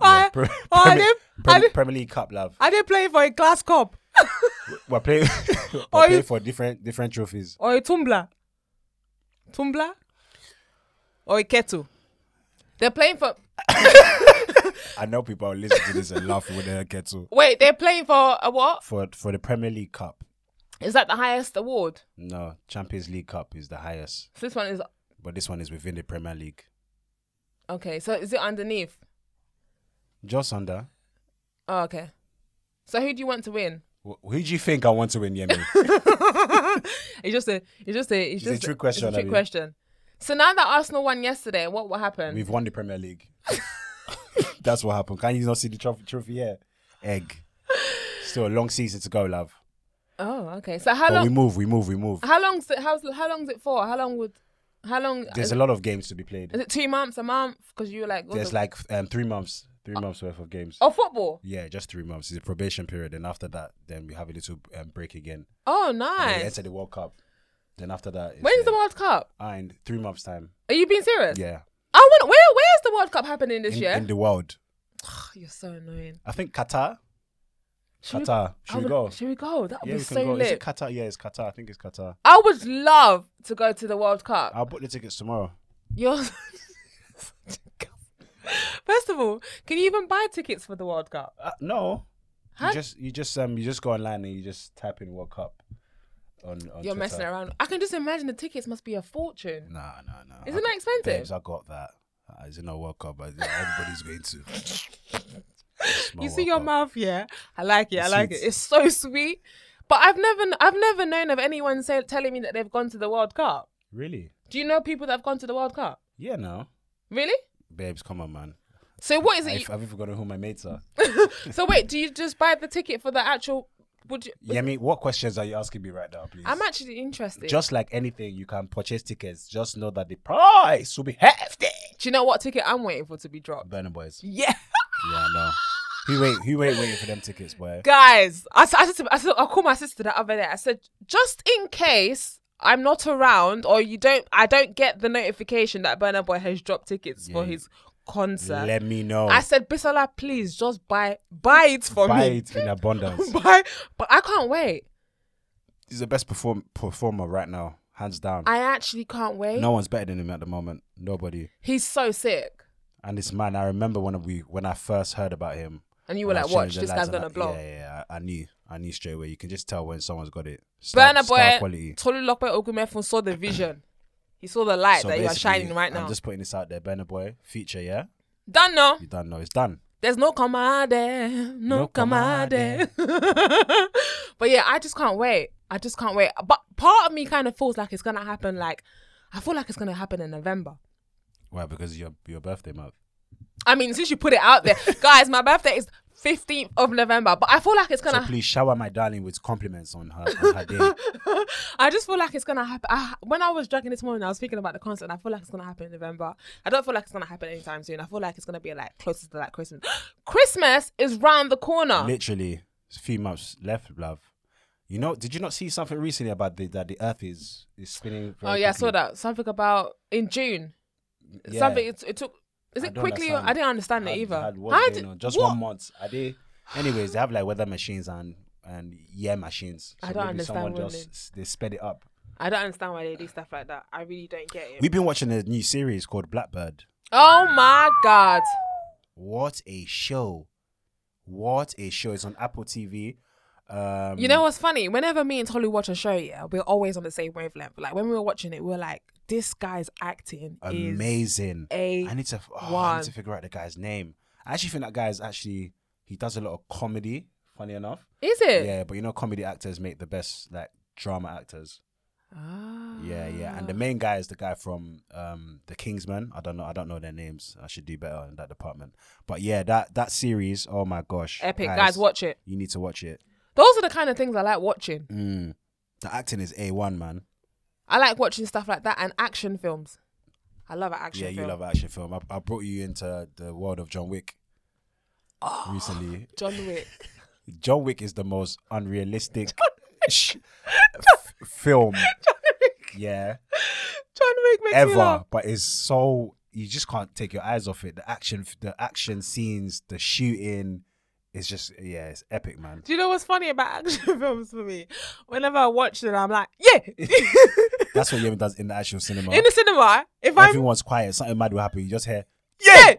Speaker 1: Are-
Speaker 2: Pre-
Speaker 1: are
Speaker 2: Premier,
Speaker 1: they-
Speaker 2: Prem-
Speaker 1: are they-
Speaker 2: Premier League Cup, love.
Speaker 1: *laughs* Are they playing for a glass cup
Speaker 2: We're
Speaker 1: *laughs*
Speaker 2: playing. *laughs* we're
Speaker 1: Or you-
Speaker 2: playing for different different trophies.
Speaker 1: or a tumbler? Tumbler? Or a kettle? They're playing for.
Speaker 2: I know people are listening to this and laughing when they get to
Speaker 1: Wait, they're playing for a what?
Speaker 2: for for the Premier League Cup.
Speaker 1: Is that the highest award?
Speaker 2: No, Champions League Cup is the highest,
Speaker 1: So this one is.
Speaker 2: but this one is within the Premier League.
Speaker 1: Okay, so is it underneath?
Speaker 2: Just under.
Speaker 1: Oh, okay. So who do you want to win?
Speaker 2: Wh- Who do you think I want to
Speaker 1: *laughs*
Speaker 2: win, Yemi?
Speaker 1: It's just a. It's just a. It's,
Speaker 2: It's a
Speaker 1: just
Speaker 2: trick question,
Speaker 1: It's a trick
Speaker 2: Abby.
Speaker 1: question. So now that Arsenal won yesterday, what will happen?
Speaker 2: We've won the Premier League. *laughs* That's what happened. Can you not see the trophy, trophy here? Egg. Still a long season to go, love.
Speaker 1: oh, okay. So how
Speaker 2: But we
Speaker 1: long?
Speaker 2: move, we move, we move.
Speaker 1: How long's it? How's how long's it for? How long would? How long?
Speaker 2: There's
Speaker 1: Is,
Speaker 2: a lot of games to be played.
Speaker 1: is it two months? A month? Because you were like, what
Speaker 2: There's
Speaker 1: the-
Speaker 2: like um, three months, three months worth of games.
Speaker 1: oh football.
Speaker 2: Yeah, just three months. It's a probation period, and after that, then we have a little um, break again.
Speaker 1: Oh,
Speaker 2: And then we
Speaker 1: nice.
Speaker 2: enter the World Cup. Then after that, it's,
Speaker 1: When's the
Speaker 2: uh,
Speaker 1: World Cup?
Speaker 2: And three months time.
Speaker 1: Are you being serious?
Speaker 2: Yeah,
Speaker 1: I want. Where Where's the World Cup happening this
Speaker 2: in,
Speaker 1: year?
Speaker 2: in the world.
Speaker 1: *sighs* You're so annoying.
Speaker 2: I think Qatar.
Speaker 1: Should we-
Speaker 2: Qatar.
Speaker 1: I
Speaker 2: Should we
Speaker 1: would-
Speaker 2: go?
Speaker 1: Should we go? That would
Speaker 2: Yeah,
Speaker 1: be
Speaker 2: we can
Speaker 1: so
Speaker 2: go. Is it
Speaker 1: lit.
Speaker 2: Qatar? Yeah, it's Qatar. I think it's Qatar.
Speaker 1: I would love to go to the World Cup.
Speaker 2: I'll book the tickets tomorrow.
Speaker 1: You're *laughs* such a cunt. First of all, can you even buy tickets for the World Cup?
Speaker 2: Uh, no.
Speaker 1: Huh?
Speaker 2: You just you just um you just go online and you just type in World Cup on, on
Speaker 1: You're
Speaker 2: Twitter.
Speaker 1: messing around. I can just imagine the tickets must be a fortune.
Speaker 2: Nah, nah, nah.
Speaker 1: Isn't that expensive?
Speaker 2: Babes, I got that. Uh, it's in a World Cup, but everybody's
Speaker 1: *laughs*
Speaker 2: going to. It's my
Speaker 1: you see
Speaker 2: World
Speaker 1: your
Speaker 2: Cup.
Speaker 1: mouth, yeah. I like it. I
Speaker 2: It's
Speaker 1: like
Speaker 2: sweet.
Speaker 1: it. It's so sweet. But I've never, I've never known of anyone say, telling me that they've gone to the World Cup.
Speaker 2: Really?
Speaker 1: Do you know people that have gone to the World Cup?
Speaker 2: Yeah, no.
Speaker 1: Really?
Speaker 2: Babes, come on, man.
Speaker 1: So what is it?
Speaker 2: I've, I've even forgotten who my
Speaker 1: *laughs*
Speaker 2: mates are.
Speaker 1: you- so wait, do you just buy the ticket for the actual? Would you?
Speaker 2: Yemi, what questions are you asking me right now, please?
Speaker 1: I'm actually interested.
Speaker 2: just like anything, you can purchase tickets. Just know that the price will be hefty.
Speaker 1: do you know what ticket I'm waiting for to be dropped?
Speaker 2: Burner Boys.
Speaker 1: Yeah.
Speaker 2: Yeah, I know. Who wait? Who wait waiting for them tickets, boy?
Speaker 1: guys, I, s- I, said to- I, said, I called my sister the other day. I said, just in case I'm not around or you don't, I don't get the notification that Burner Boy has dropped tickets for
Speaker 2: Yeah.
Speaker 1: his concert.
Speaker 2: Let me know.
Speaker 1: I said, Bisola, please just buy, buy it for
Speaker 2: Buy
Speaker 1: me.
Speaker 2: it in
Speaker 1: *laughs*
Speaker 2: abundance.
Speaker 1: buy, but I can't wait.
Speaker 2: He's the best perform- performer right now, hands down.
Speaker 1: I actually can't wait.
Speaker 2: no one's better than him at the moment. Nobody.
Speaker 1: He's so sick.
Speaker 2: And this man, I remember when we when I first heard about him.
Speaker 1: And you were
Speaker 2: when I
Speaker 1: like, watch,
Speaker 2: changed the
Speaker 1: this
Speaker 2: lights
Speaker 1: guy's
Speaker 2: and
Speaker 1: gonna
Speaker 2: I-
Speaker 1: blow.
Speaker 2: Yeah, yeah, yeah. I I knew, I knew straight away. You can just tell when someone's got it. Star-
Speaker 1: Burner
Speaker 2: star
Speaker 1: Boy,
Speaker 2: quality.
Speaker 1: Tolu Lokpe Ogumefun saw the vision. He saw the light
Speaker 2: So
Speaker 1: that you are
Speaker 2: basically,
Speaker 1: shining right now.
Speaker 2: I'm just putting this out there, Burner Boy. Feature, yeah.
Speaker 1: Done now.
Speaker 2: You done know it's done.
Speaker 1: There's no commande, no,
Speaker 2: No
Speaker 1: commande. *laughs* but yeah, I just can't wait. I just can't wait. But part of me kind of feels like it's gonna happen. Like I feel like it's gonna happen in November.
Speaker 2: Why? Because your your birthday month.
Speaker 1: I mean, since you put it out there, guys, my birthday is 15th of November. But I feel like it's
Speaker 2: So
Speaker 1: gonna.
Speaker 2: please shower my darling with compliments on her on her
Speaker 1: *laughs*
Speaker 2: day.
Speaker 1: I just feel like it's gonna happen. I, when I was dragging this morning, I was thinking about the concert, and I feel like it's gonna happen in November. I don't feel like it's gonna happen anytime soon. I feel like it's gonna be like closer to like Christmas. *gasps* Christmas is round the corner.
Speaker 2: Literally, it's a few months left, love. You know, did you not see something recently about the that the Earth is is spinning?
Speaker 1: Oh
Speaker 2: very
Speaker 1: yeah, I saw
Speaker 2: quickly?
Speaker 1: that. Something about in June.
Speaker 2: Yeah.
Speaker 1: Something it, it took. Is
Speaker 2: I
Speaker 1: it
Speaker 2: don't
Speaker 1: quickly? or-
Speaker 2: understand.
Speaker 1: I didn't understand it
Speaker 2: Had-
Speaker 1: either.
Speaker 2: had what's
Speaker 1: How
Speaker 2: going
Speaker 1: did-
Speaker 2: on. Just
Speaker 1: what?
Speaker 2: one month. Are they? Anyways, they have like weather machines and and year machines.
Speaker 1: I don't
Speaker 2: maybe
Speaker 1: understand
Speaker 2: Someone
Speaker 1: what
Speaker 2: just s- they sped it up.
Speaker 1: I don't understand why they do stuff like that. I really don't get it.
Speaker 2: We've been watching a new series called Blackbird.
Speaker 1: oh my god!
Speaker 2: What a show! What a show! It's on Apple TV. Um,
Speaker 1: You know what's funny? Whenever me and Tolu watch a show, yeah, we're always on the same wavelength. Like when we were watching it, we were like, "This guy's acting is
Speaker 2: amazing.
Speaker 1: a
Speaker 2: I need to. Oh, I
Speaker 1: one.
Speaker 2: need to figure out the guy's name. I actually think that guy is actually he does a lot of comedy. Funny enough,
Speaker 1: is it?
Speaker 2: yeah. But you know, comedy actors make the best like drama actors.
Speaker 1: Ah.
Speaker 2: Yeah, yeah. And the main guy is the guy from um the Kingsman. I don't know. I don't know their names. I should do better in that department. But yeah, that that series. Oh my gosh,
Speaker 1: epic guys. watch it.
Speaker 2: You need to watch it.
Speaker 1: Those are the kind of things I like watching.
Speaker 2: Mm. The acting is a one, man.
Speaker 1: I like watching stuff like that and action films. I love an action.
Speaker 2: Yeah, you
Speaker 1: film.
Speaker 2: love action film. I, I brought you into the world of John Wick
Speaker 1: Ah.
Speaker 2: recently.
Speaker 1: John Wick.
Speaker 2: John Wick is the most
Speaker 1: *laughs*
Speaker 2: unrealistic sh- f- film. Yeah,
Speaker 1: John Wick makes me laugh.
Speaker 2: ever, but it's so you just can't take your eyes off it. The action, the action scenes, the shooting, it's just yeah, it's epic, man.
Speaker 1: Do you know what's funny about action *laughs* films for me? Whenever I watch them, I'm like, yeah. *laughs*
Speaker 2: That's what Yemen does in the actual cinema.
Speaker 1: In the cinema, if I'm
Speaker 2: Everyone's quiet, something mad will happen. You just hear,
Speaker 1: yeah.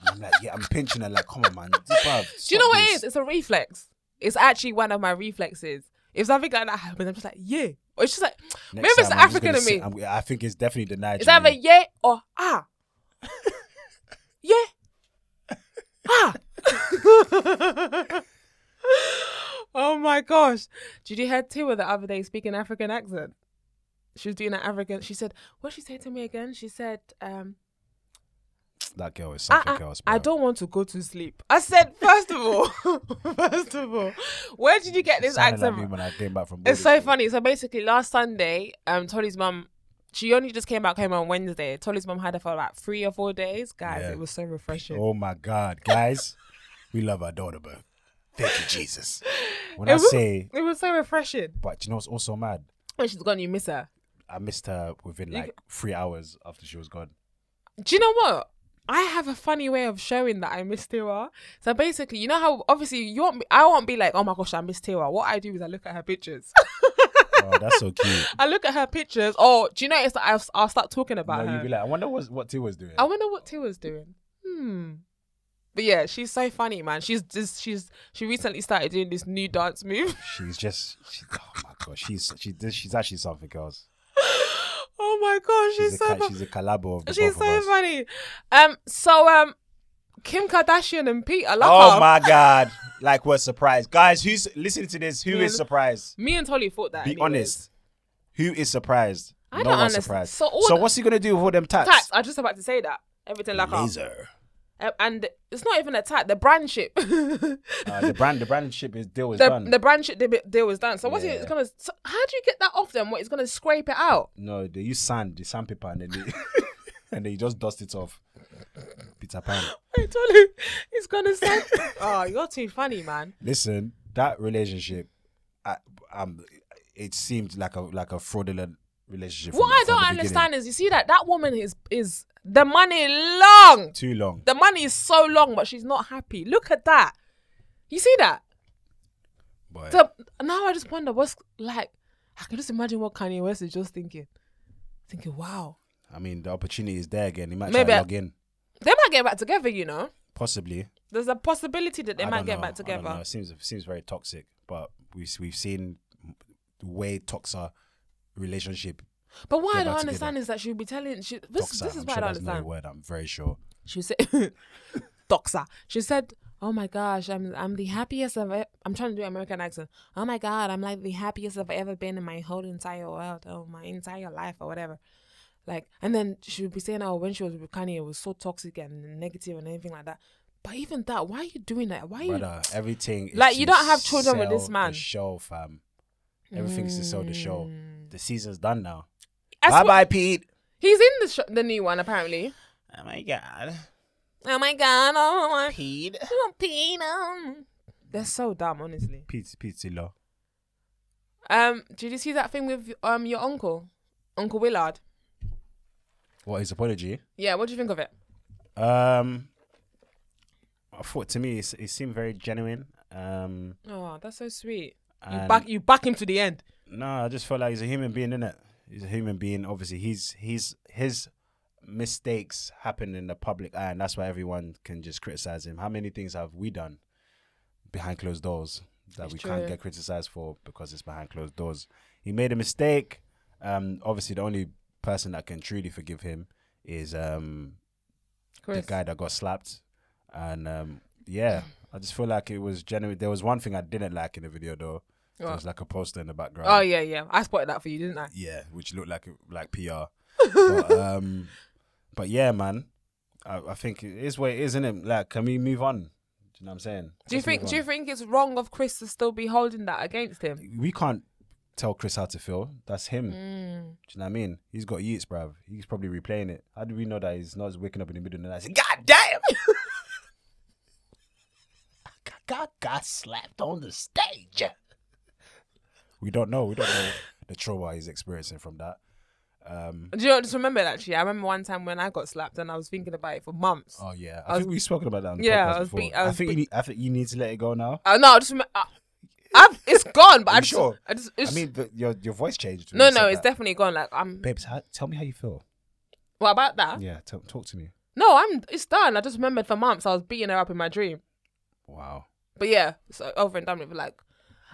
Speaker 2: and I'm like, yeah, I'm pinching her, like, come on, man. Bruv,
Speaker 1: *laughs* Do you know
Speaker 2: stop
Speaker 1: what it
Speaker 2: this.
Speaker 1: is? It's a reflex. It's actually one of my reflexes. If something like that happens, I'm just like, yeah. Or it's just like, maybe
Speaker 2: Next
Speaker 1: it's
Speaker 2: time, I'm just
Speaker 1: African
Speaker 2: gonna
Speaker 1: in me.
Speaker 2: sit- I'm- I think it's definitely the
Speaker 1: It's
Speaker 2: Nigerian.
Speaker 1: either yeah or ah. yeah. Ah. *laughs* oh my gosh. Did you hear Tua the other day speaking African accent? She was doing an African. She said, what she say to me again? She said, um,
Speaker 2: that girl is
Speaker 1: I,
Speaker 2: such a
Speaker 1: I,
Speaker 2: girl.
Speaker 1: I don't want to go to sleep. I said, first of all, *laughs* first of all, where did you get this accent
Speaker 2: Like me
Speaker 1: from?
Speaker 2: when I came back from
Speaker 1: It's so
Speaker 2: Maldives.
Speaker 1: funny. So basically, last Sunday, um, Tolly's mum, she only just came back home on Wednesday. Tolly's mum had her for like three or four days. Guys,
Speaker 2: Yeah.
Speaker 1: it was so refreshing.
Speaker 2: Oh my God, guys, we love our daughter, but thank you,
Speaker 1: *laughs*
Speaker 2: Jesus. When
Speaker 1: It
Speaker 2: I
Speaker 1: was-
Speaker 2: say,
Speaker 1: It was so refreshing.
Speaker 2: but do you know what's also mad?
Speaker 1: When she's gone, you miss her.
Speaker 2: I missed her within
Speaker 1: You-
Speaker 2: like three hours after she was
Speaker 1: *laughs*
Speaker 2: gone.
Speaker 1: Do you know what? I have a funny way of showing that I miss Tiwa. So basically, you know how obviously you won't. Be, I won't be like, oh my gosh, I miss Tiwa. What I do is I look at her pictures. *laughs*
Speaker 2: Oh, that's so cute.
Speaker 1: I look at her pictures. Oh, do you notice that I'll, I'll start talking about
Speaker 2: no,
Speaker 1: her? Oh.
Speaker 2: you'd be like, I wonder what what T was doing.
Speaker 1: I wonder what Tiwa's doing. Hmm. But yeah, she's so funny, man. She's just she's she recently started doing this new dance move. *laughs*
Speaker 2: she's just, she, oh my God, she's she this- she's actually something else.
Speaker 1: oh my gosh, she's,
Speaker 2: She's, a,
Speaker 1: so
Speaker 2: ca-
Speaker 1: fu-
Speaker 2: she's a collabo of the
Speaker 1: she's,
Speaker 2: both
Speaker 1: so
Speaker 2: of us.
Speaker 1: funny. Um, so um, Kim Kardashian and Pete are like,
Speaker 2: Oh my God! Like we're surprised, guys. Who's listening to this? Who
Speaker 1: Yeah.
Speaker 2: is surprised?
Speaker 1: me and Tolly thought that.
Speaker 2: Be
Speaker 1: anyways.
Speaker 2: honest. Who is surprised?
Speaker 1: I
Speaker 2: no
Speaker 1: don't
Speaker 2: one's
Speaker 1: understand.
Speaker 2: surprised.
Speaker 1: So
Speaker 2: So,
Speaker 1: all the-
Speaker 2: what's he gonna do with all them tats?
Speaker 1: Tats. I was just about to say that. Everything like up.
Speaker 2: Laser.
Speaker 1: A- And it's not even a tat. The brand ship. *laughs* the,
Speaker 2: Uh, the brand, the brand ship is deal is done.
Speaker 1: the brand ship debi- deal was done. So what's
Speaker 2: Yeah.
Speaker 1: it gonna? So how do you get that off them? What it's gonna scrape it out?
Speaker 2: No, they use sand, the sandpaper, and then they, and they just dust it off. Peter Pan.
Speaker 1: I told him he's gonna say, *laughs* "Oh, you're too funny, man."
Speaker 2: Listen, that relationship, I, um, it seemed like a like a fraudulent relationship. from
Speaker 1: What
Speaker 2: the-
Speaker 1: I don't
Speaker 2: from the beginning.
Speaker 1: understand is, you see that that woman is is the money long.
Speaker 2: Too long.
Speaker 1: The money is so long, but she's not happy. Look at that. You see that?
Speaker 2: Boy.
Speaker 1: So now I just wonder what's like. I can just imagine what Kanye West is just thinking, thinking, "Wow,
Speaker 2: I mean, the opportunity is there again. He might
Speaker 1: Maybe
Speaker 2: try
Speaker 1: I-
Speaker 2: to log in.
Speaker 1: they might get back together." You know,
Speaker 2: Possibly.
Speaker 1: there's a possibility that they
Speaker 2: I
Speaker 1: might
Speaker 2: don't
Speaker 1: get
Speaker 2: know.
Speaker 1: back
Speaker 2: I don't know.
Speaker 1: together.
Speaker 2: It seems it seems very toxic, but we've we've seen way toxic relationship.
Speaker 1: But what
Speaker 2: Get
Speaker 1: I don't
Speaker 2: back
Speaker 1: understand is that she'll be telling. She, this,
Speaker 2: Toxic.
Speaker 1: this is what I
Speaker 2: I'm sure that's
Speaker 1: don't understand.
Speaker 2: no word. I'm very sure.
Speaker 1: she said *laughs* doxa she said oh my gosh i'm i'm the happiest of it i'm trying to do american accent oh my god i'm like the happiest i've ever been in my whole entire world oh my entire life or whatever like and then she would be saying oh when she was with kanye it was so toxic and negative and everything like that but even that why are you doing that why are you
Speaker 2: Brother, uh, everything is
Speaker 1: Like, you
Speaker 2: to
Speaker 1: don't have children with this
Speaker 2: sell
Speaker 1: man.
Speaker 2: The show, fam. Everything's to sell the show. The season's done now.
Speaker 1: Mm. That's
Speaker 2: bye
Speaker 1: what-
Speaker 2: bye, Pete.
Speaker 1: he's in the sh- the new one apparently
Speaker 3: Oh my god.
Speaker 1: oh my god oh my
Speaker 3: Peed.
Speaker 1: oh, Pino. they're so dumb honestly
Speaker 2: Pete, Pete's in law.
Speaker 1: Um, did you see that thing with um your uncle, Uncle Willard?
Speaker 2: What his apology?
Speaker 1: Yeah, what do you think of it?
Speaker 2: Um, I thought to me it's, it seemed very genuine. Um,
Speaker 1: Oh, that's so sweet. you
Speaker 2: and-
Speaker 1: back you back him to the end.
Speaker 2: No, I just felt like he's a human being, innit? He's a human being. Obviously, he's he's his mistakes happen in the public eye, and that's why everyone can just criticize him. How many things have we done behind closed doors that
Speaker 1: It's
Speaker 2: we
Speaker 1: true.
Speaker 2: can't get criticized for because it's behind closed doors? He made a mistake. Um, obviously, the only person that can truly forgive him is um
Speaker 1: Chris.
Speaker 2: the guy that got slapped, and um, yeah. I just feel like it was genuine. There was one thing I didn't like in the video though. There
Speaker 1: What?
Speaker 2: was like a poster in the background
Speaker 1: Oh yeah, yeah. I spotted that for you, didn't I?
Speaker 2: yeah, which looked like like PR. but,
Speaker 1: *laughs*
Speaker 2: um, but yeah, man, I, I think it is what it is, isn't it? Like, can we move on? Do you know what I'm saying?
Speaker 1: Do you
Speaker 2: Let's
Speaker 1: think
Speaker 2: move
Speaker 1: do you
Speaker 2: on.
Speaker 1: think it's wrong of Chris to still be holding that against him?
Speaker 2: we can't tell Chris how to feel? That's him. Do
Speaker 1: Mm.
Speaker 2: you know what I mean? He's got yeats, bruv. He's probably replaying it. How do we know that he's not just waking up in the middle of the night? saying,
Speaker 1: *laughs*
Speaker 2: God damn!
Speaker 3: Got got slapped on the stage.
Speaker 2: We don't know. We don't know the trauma he's experiencing from that. Um,
Speaker 1: Do you know, just remember actually, I remember one time when I got slapped and I was thinking about it for months.
Speaker 2: oh yeah, I,
Speaker 1: I was-
Speaker 2: think we've spoken about that. On the
Speaker 1: Yeah,
Speaker 2: podcast
Speaker 1: I was
Speaker 2: before.
Speaker 1: being- I was
Speaker 2: think you
Speaker 1: being-
Speaker 2: need, I think you need to let it go now.
Speaker 1: Uh, no, I just remem-
Speaker 2: *laughs*
Speaker 1: uh, I've, it's gone, but
Speaker 2: Are
Speaker 1: I
Speaker 2: you
Speaker 1: just,
Speaker 2: sure?
Speaker 1: I just, it's,
Speaker 2: I mean, the, your your voice changed. when
Speaker 1: no,
Speaker 2: you said
Speaker 1: no, it's
Speaker 2: that.
Speaker 1: definitely gone. Like I'm.
Speaker 2: Babes, how, tell me how you feel.
Speaker 1: What about that?
Speaker 2: Yeah, tell talk to me.
Speaker 1: No, I'm. It's done. I just remembered for months I was beating her up in my dream.
Speaker 2: Wow.
Speaker 1: But yeah, so over and done with. Like,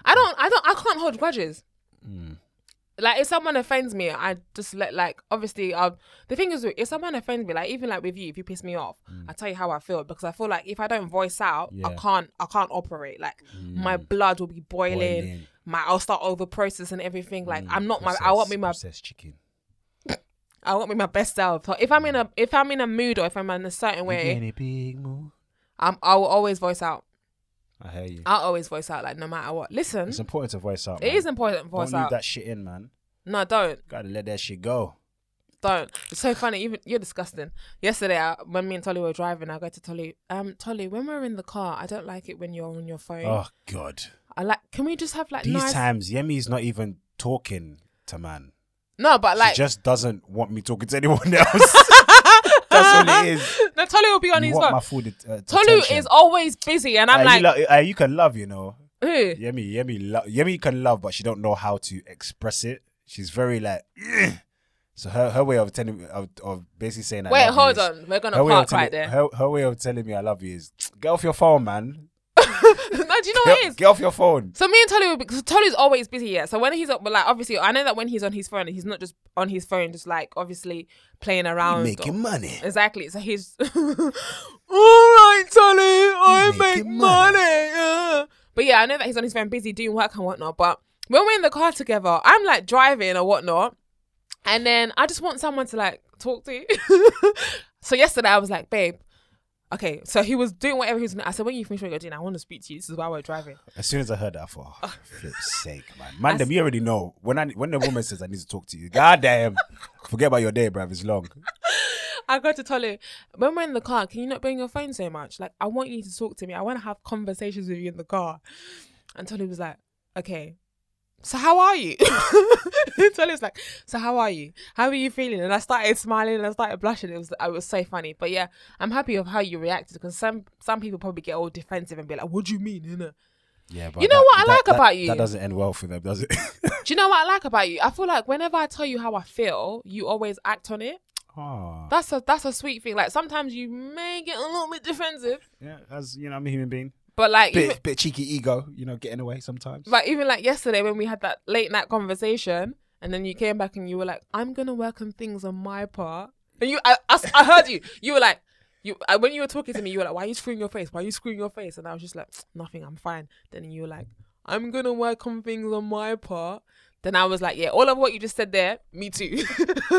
Speaker 1: I don't, I don't, I can't hold grudges.
Speaker 2: Mm.
Speaker 1: Like, if someone offends me, I just let. Like, obviously, I. The thing is, if someone offends me, like even like with you, if you piss me off, I tell you how I feel because I feel like if I don't voice out, I
Speaker 2: Mm. Yeah. Mm.
Speaker 1: can't, I can't operate. Like, my blood will be boiling.
Speaker 2: Boiling. Mm.
Speaker 1: My, I'll start over processing everything. Like, I'm not my. I
Speaker 2: Processed-
Speaker 1: want me my
Speaker 2: processed chicken.
Speaker 1: I want me my best self. So if I'm in a if I'm in a mood or if I'm in a certain *laughs*
Speaker 2: You
Speaker 1: way,
Speaker 2: getting a big move?
Speaker 1: I'm I will always voice out.
Speaker 2: I hear you.
Speaker 1: I'll always voice out like no matter what. Listen,
Speaker 2: It's important to voice out.
Speaker 1: Um, it
Speaker 2: man.
Speaker 1: is important to voice
Speaker 2: Don't leave
Speaker 1: out.
Speaker 2: that shit in, man.
Speaker 1: No, don't
Speaker 2: Gotta let that shit go.
Speaker 1: don't. It's so funny. Even you're disgusting. Yesterday, I, when me and Tolly were driving, I go to Tolly. Um, Tolly, when we're in the car, I don't like it when you're on your phone.
Speaker 2: Oh God.
Speaker 1: I like. Can we just have like
Speaker 2: These
Speaker 1: nice?
Speaker 2: times, Yemi's not even talking to man.
Speaker 1: no, but like
Speaker 2: she just doesn't want me talking to anyone *laughs* else. That's all it is.
Speaker 1: *laughs* no, Tolly will be on
Speaker 2: You
Speaker 1: his
Speaker 2: want
Speaker 1: phone.
Speaker 2: my full det- uh,
Speaker 1: Tolu
Speaker 2: attention.
Speaker 1: is always busy, and I'm
Speaker 2: Uh,
Speaker 1: like,
Speaker 2: you, lo- uh, you can love, you know.
Speaker 1: who?
Speaker 2: Yemi, Yemi, lo- Yemi can love, but she don't know how to express it. She's very like. *clears throat* So her, her way of telling of, of basically saying I
Speaker 1: Wait,
Speaker 2: love you
Speaker 1: hold
Speaker 2: is-
Speaker 1: on. We're gonna
Speaker 2: Her way, of
Speaker 1: park
Speaker 2: telling,
Speaker 1: right there.
Speaker 2: her, her way of telling me I love you is get off your phone, man.
Speaker 1: *laughs* no, do you know what it is?
Speaker 2: Get, get off your phone.
Speaker 1: So me and Tolly would be because Tolly's always busy, yeah. So when he's up, but like obviously, I know that when he's on his phone, he's not just on his phone, just like obviously playing around. or-
Speaker 2: Making money.
Speaker 1: exactly. So he's *laughs* all right, Tolly. I
Speaker 2: Making
Speaker 1: make money.
Speaker 2: money."
Speaker 1: yeah." But yeah, I know that he's on his phone, busy doing work and whatnot. But when we're in the car together, I'm like driving or whatnot, and then I just want someone to like talk to. *laughs* so yesterday, I was like, babe. Okay, so he was doing whatever he was. Doing. I said, "When you finish what you're doing, I want to speak to you. This is why we're driving."
Speaker 2: As soon as I heard that, I thought,
Speaker 1: *laughs*
Speaker 2: oh, flip's sake, man. Man, them, you already know. When I when the woman says I need to talk to you, goddamn, forget about your day, bruv. It's long.
Speaker 1: I go to Tolu. When we're in the car, can you not bring your phone so much? Like, I want you to talk to me. I want to have conversations with you in the car. And Tolu was like, okay. So how are you? *laughs* Tolu was like, so how are you? How are you feeling? And I started smiling and I started blushing. It was it was so funny. But yeah, I'm happy of how you reacted because some some people probably get all defensive and be like, what do you mean? innit?
Speaker 2: Yeah, but
Speaker 1: You know what I like
Speaker 2: that-
Speaker 1: about you?
Speaker 2: That doesn't end well for them, does it? *laughs*
Speaker 1: Do you know what I like about you? I feel like whenever I tell you how I feel, you always act on it.
Speaker 2: oh,
Speaker 1: That's a that's a sweet thing. Like sometimes you may get a little bit defensive,
Speaker 2: yeah. As you know, I'm a human being.
Speaker 1: but like even-
Speaker 2: Bit, bit cheeky ego, you know, getting away sometimes.
Speaker 1: But even like yesterday when we had that late night conversation, and then you came back and you were like, "I'm gonna work on things on my part." And you, I, I, s- I heard you. You were like, you I- when you were talking to me, you were like, "Why are you screwing your face? Why are you screwing your face?" And I was just like, "Nothing. I'm fine." Then you were like, "I'm gonna work on things on my part." Then I was like, "Yeah, all of what you just said there, me too." *laughs*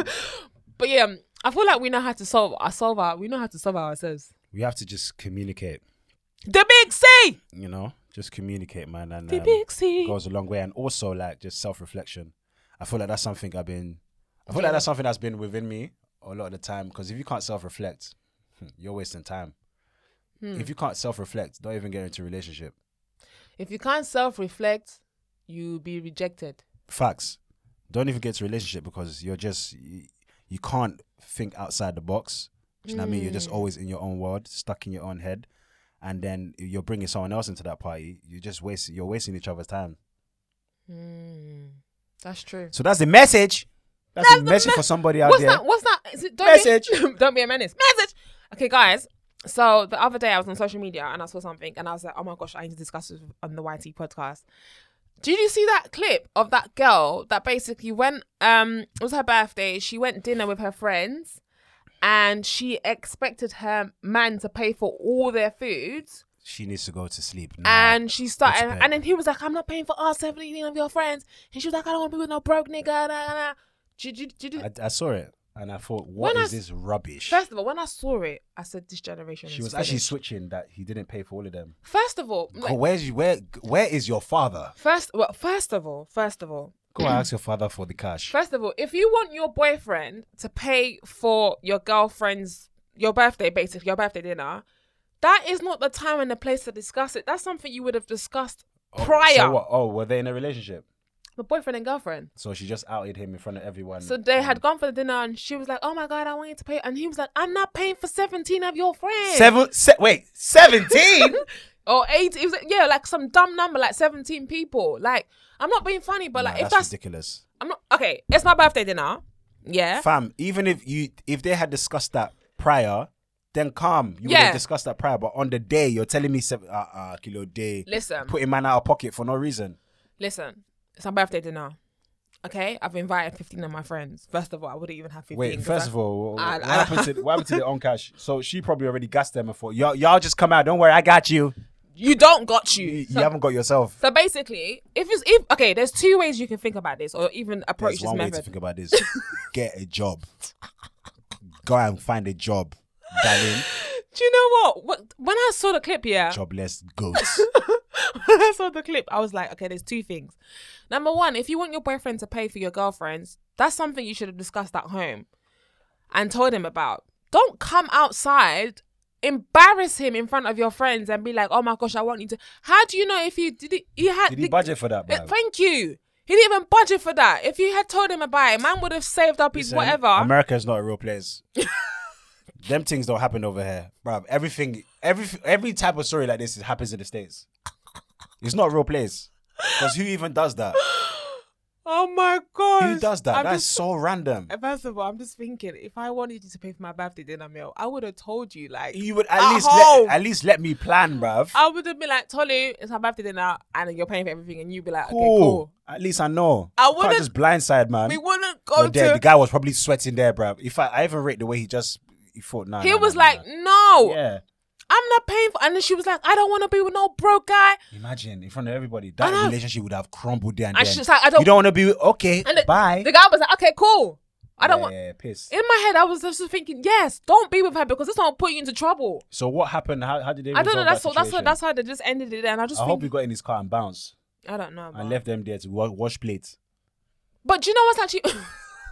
Speaker 1: but yeah, um, I feel like we know how to solve our solve our we know how to solve ourselves.
Speaker 2: we have to just communicate,
Speaker 1: The big C,
Speaker 2: you know, just communicate, man. And
Speaker 1: the
Speaker 2: um,
Speaker 1: big C.
Speaker 2: goes a long way. And also, like, just self reflection. I feel like that's something I've been, I feel like that's something that's been within me a lot of the time. Because if you can't self reflect, you're wasting time. If you can't self reflect, don't even get into a relationship.
Speaker 1: If you can't self reflect, you'll be rejected.
Speaker 2: Facts. Don't even get to a relationship because you're just, you, you can't think outside the box. Do you know what I mean? You're
Speaker 1: Mm.
Speaker 2: just always in your own world, stuck in your own head. And then you're bringing someone else into that party. You just waste. You're wasting each other's time.
Speaker 1: Mm, that's true.
Speaker 2: So that's the message. That's,
Speaker 1: That's
Speaker 2: the
Speaker 1: the
Speaker 2: message
Speaker 1: me-
Speaker 2: for somebody out
Speaker 1: What's
Speaker 2: there.
Speaker 1: that? What's that? Is it, don't Be,
Speaker 2: Message.
Speaker 1: *laughs* don't be a menace. Message. Okay, guys. So the other day I was on social media and I saw something and I was like, oh my gosh, I need to discuss this on the YT podcast. Did you see that clip of that girl that basically went? Um, it was her birthday. She went dinner with her friends, and she expected her man to pay for all their food.
Speaker 2: She needs to go to sleep now.
Speaker 1: And she started,
Speaker 2: Respect.
Speaker 1: and then he was like, "I'm not paying for us, everything of your friends." And she was like, "I don't want to be with no broke nigga." Nah, nah, nah. Did you? Did you?
Speaker 2: I, I saw it and I thought, what
Speaker 1: When
Speaker 2: is
Speaker 1: I-
Speaker 2: this rubbish?
Speaker 1: First of all, when I saw it, I said, "This generation."
Speaker 2: She
Speaker 1: is
Speaker 2: was actually
Speaker 1: finished."
Speaker 2: switching that he didn't pay for all of them.
Speaker 1: First of all,
Speaker 2: Go,
Speaker 1: like,
Speaker 2: where's you, where where is your father?
Speaker 1: first, well, first of all, first of all,
Speaker 2: Go and ask your father for the cash.
Speaker 1: first of all, if you want your boyfriend to pay for your girlfriend's your birthday, basically your birthday dinner, that is not the time and the place to discuss it. That's something you would have discussed
Speaker 2: Oh,
Speaker 1: prior.
Speaker 2: So what? Oh, were they in a relationship?
Speaker 1: The boyfriend and girlfriend.
Speaker 2: So she just outed him in front of everyone.
Speaker 1: So they
Speaker 2: Mm.
Speaker 1: had gone for the dinner and she was like, Oh my god, I want you to pay and he was like, I'm not paying for seventeen of your friends.
Speaker 3: Seven. Se- wait,
Speaker 1: *laughs*
Speaker 3: seventeen.
Speaker 1: or eight. It was yeah, like some dumb number, like seventeen people. Like I'm not being funny, but
Speaker 2: Nah,
Speaker 1: like if
Speaker 2: that's,
Speaker 1: that's
Speaker 2: ridiculous,
Speaker 1: I'm not okay. It's my birthday dinner. Yeah,
Speaker 2: fam. Even if you if they had discussed that prior, then calm. You would
Speaker 1: Yeah.
Speaker 2: have discussed that prior, but on the day you're telling me seven, uh, uh, kilo day,
Speaker 1: Listen.
Speaker 2: putting man out of pocket for no reason.
Speaker 1: listen, it's my birthday dinner. Okay, I've invited fifteen of my friends. First of all, I wouldn't even have fifteen.
Speaker 2: Wait,
Speaker 1: 'cause
Speaker 2: first
Speaker 1: I-
Speaker 2: of all, wh- wh-
Speaker 1: I-
Speaker 2: what,
Speaker 1: I-
Speaker 2: happened to, what happened to the on cash? So she probably already gassed them before. Y'all, y'all just come out. Don't worry, I got you.
Speaker 1: you don't got you.
Speaker 2: You, you
Speaker 1: So-
Speaker 2: haven't got yourself.
Speaker 1: So basically, if it's if okay, there's two ways you can think about this or even approach
Speaker 2: There's
Speaker 1: this
Speaker 2: one way to
Speaker 1: method.
Speaker 2: think about this. Get
Speaker 1: *laughs*
Speaker 2: a job. Go and find a job, darling.
Speaker 1: Do you know what? What when I saw the clip, yeah,
Speaker 2: Jobless
Speaker 1: *laughs*
Speaker 2: goats.
Speaker 1: when I *laughs* saw the clip, I was like, okay, there's two things. Number one, if you want your boyfriend to pay for your girlfriends, that's something you should have discussed at home and told him about. Don't come outside, embarrass him in front of your friends and be like, oh my gosh, I want you to. How do you know if you did it? He had.
Speaker 2: Did he
Speaker 1: the-
Speaker 2: budget for that,
Speaker 1: Uh,
Speaker 2: man?
Speaker 1: Thank you. He didn't even budget for that. If you had told him about it, man would have saved up his
Speaker 2: Listen,
Speaker 1: whatever.
Speaker 2: America is not a real
Speaker 1: *laughs*
Speaker 2: place. Them things don't happen over here, bruv. Everything, every every type of story like this is, happens in the states. It's not a real place. Because who even does that?
Speaker 1: oh my god. *laughs*
Speaker 2: Who does that?
Speaker 1: I'm
Speaker 2: That's
Speaker 1: just-
Speaker 2: so random.
Speaker 1: First of all, I'm just thinking if I wanted you to pay for my birthday dinner meal, I would have told you like
Speaker 2: You would at,
Speaker 1: At
Speaker 2: least
Speaker 1: home. Ah,
Speaker 2: let, at least let me plan, bruv.
Speaker 1: I would have been like, Tolu, it's my birthday dinner, and you're paying for everything, and you'd be like,
Speaker 2: cool.
Speaker 1: okay, cool.
Speaker 2: At least I know.
Speaker 1: I
Speaker 2: You
Speaker 1: wouldn't-
Speaker 2: can't just blindside, man.
Speaker 1: We
Speaker 2: You're
Speaker 1: wouldn't go
Speaker 2: dead. The
Speaker 1: to.
Speaker 2: guy was probably sweating there, bruv. If I, I even rate the way he just he thought, nah.
Speaker 1: He
Speaker 2: nah,
Speaker 1: was
Speaker 2: nah, nah,
Speaker 1: like, no,
Speaker 2: nah. yeah.
Speaker 1: I'm not paying for. And then she was like, I don't want to be with no broke guy.
Speaker 2: Imagine in front of everybody
Speaker 1: I know.
Speaker 2: that relationship would have crumbled there and
Speaker 1: And
Speaker 2: then.
Speaker 1: she's like, I don't.
Speaker 2: you don't want to be okay.
Speaker 1: And the-
Speaker 2: bye.
Speaker 1: The guy was like, okay, cool. I don't
Speaker 2: yeah,
Speaker 1: want.
Speaker 2: Yeah, piss.
Speaker 1: In my head, I was just thinking, yes, don't be with her because this will put you into trouble.
Speaker 2: So what happened? How, how did they?
Speaker 1: I don't know.
Speaker 2: resolve
Speaker 1: That's
Speaker 2: that
Speaker 1: all. That's what.
Speaker 2: situation?
Speaker 1: That's how they just ended it. And I just
Speaker 2: I hope
Speaker 1: think
Speaker 2: he got in his car and bounced
Speaker 1: I don't know.
Speaker 2: and
Speaker 1: man.
Speaker 2: left them there to wa- wash plates.
Speaker 1: But do you know what's actually? *laughs*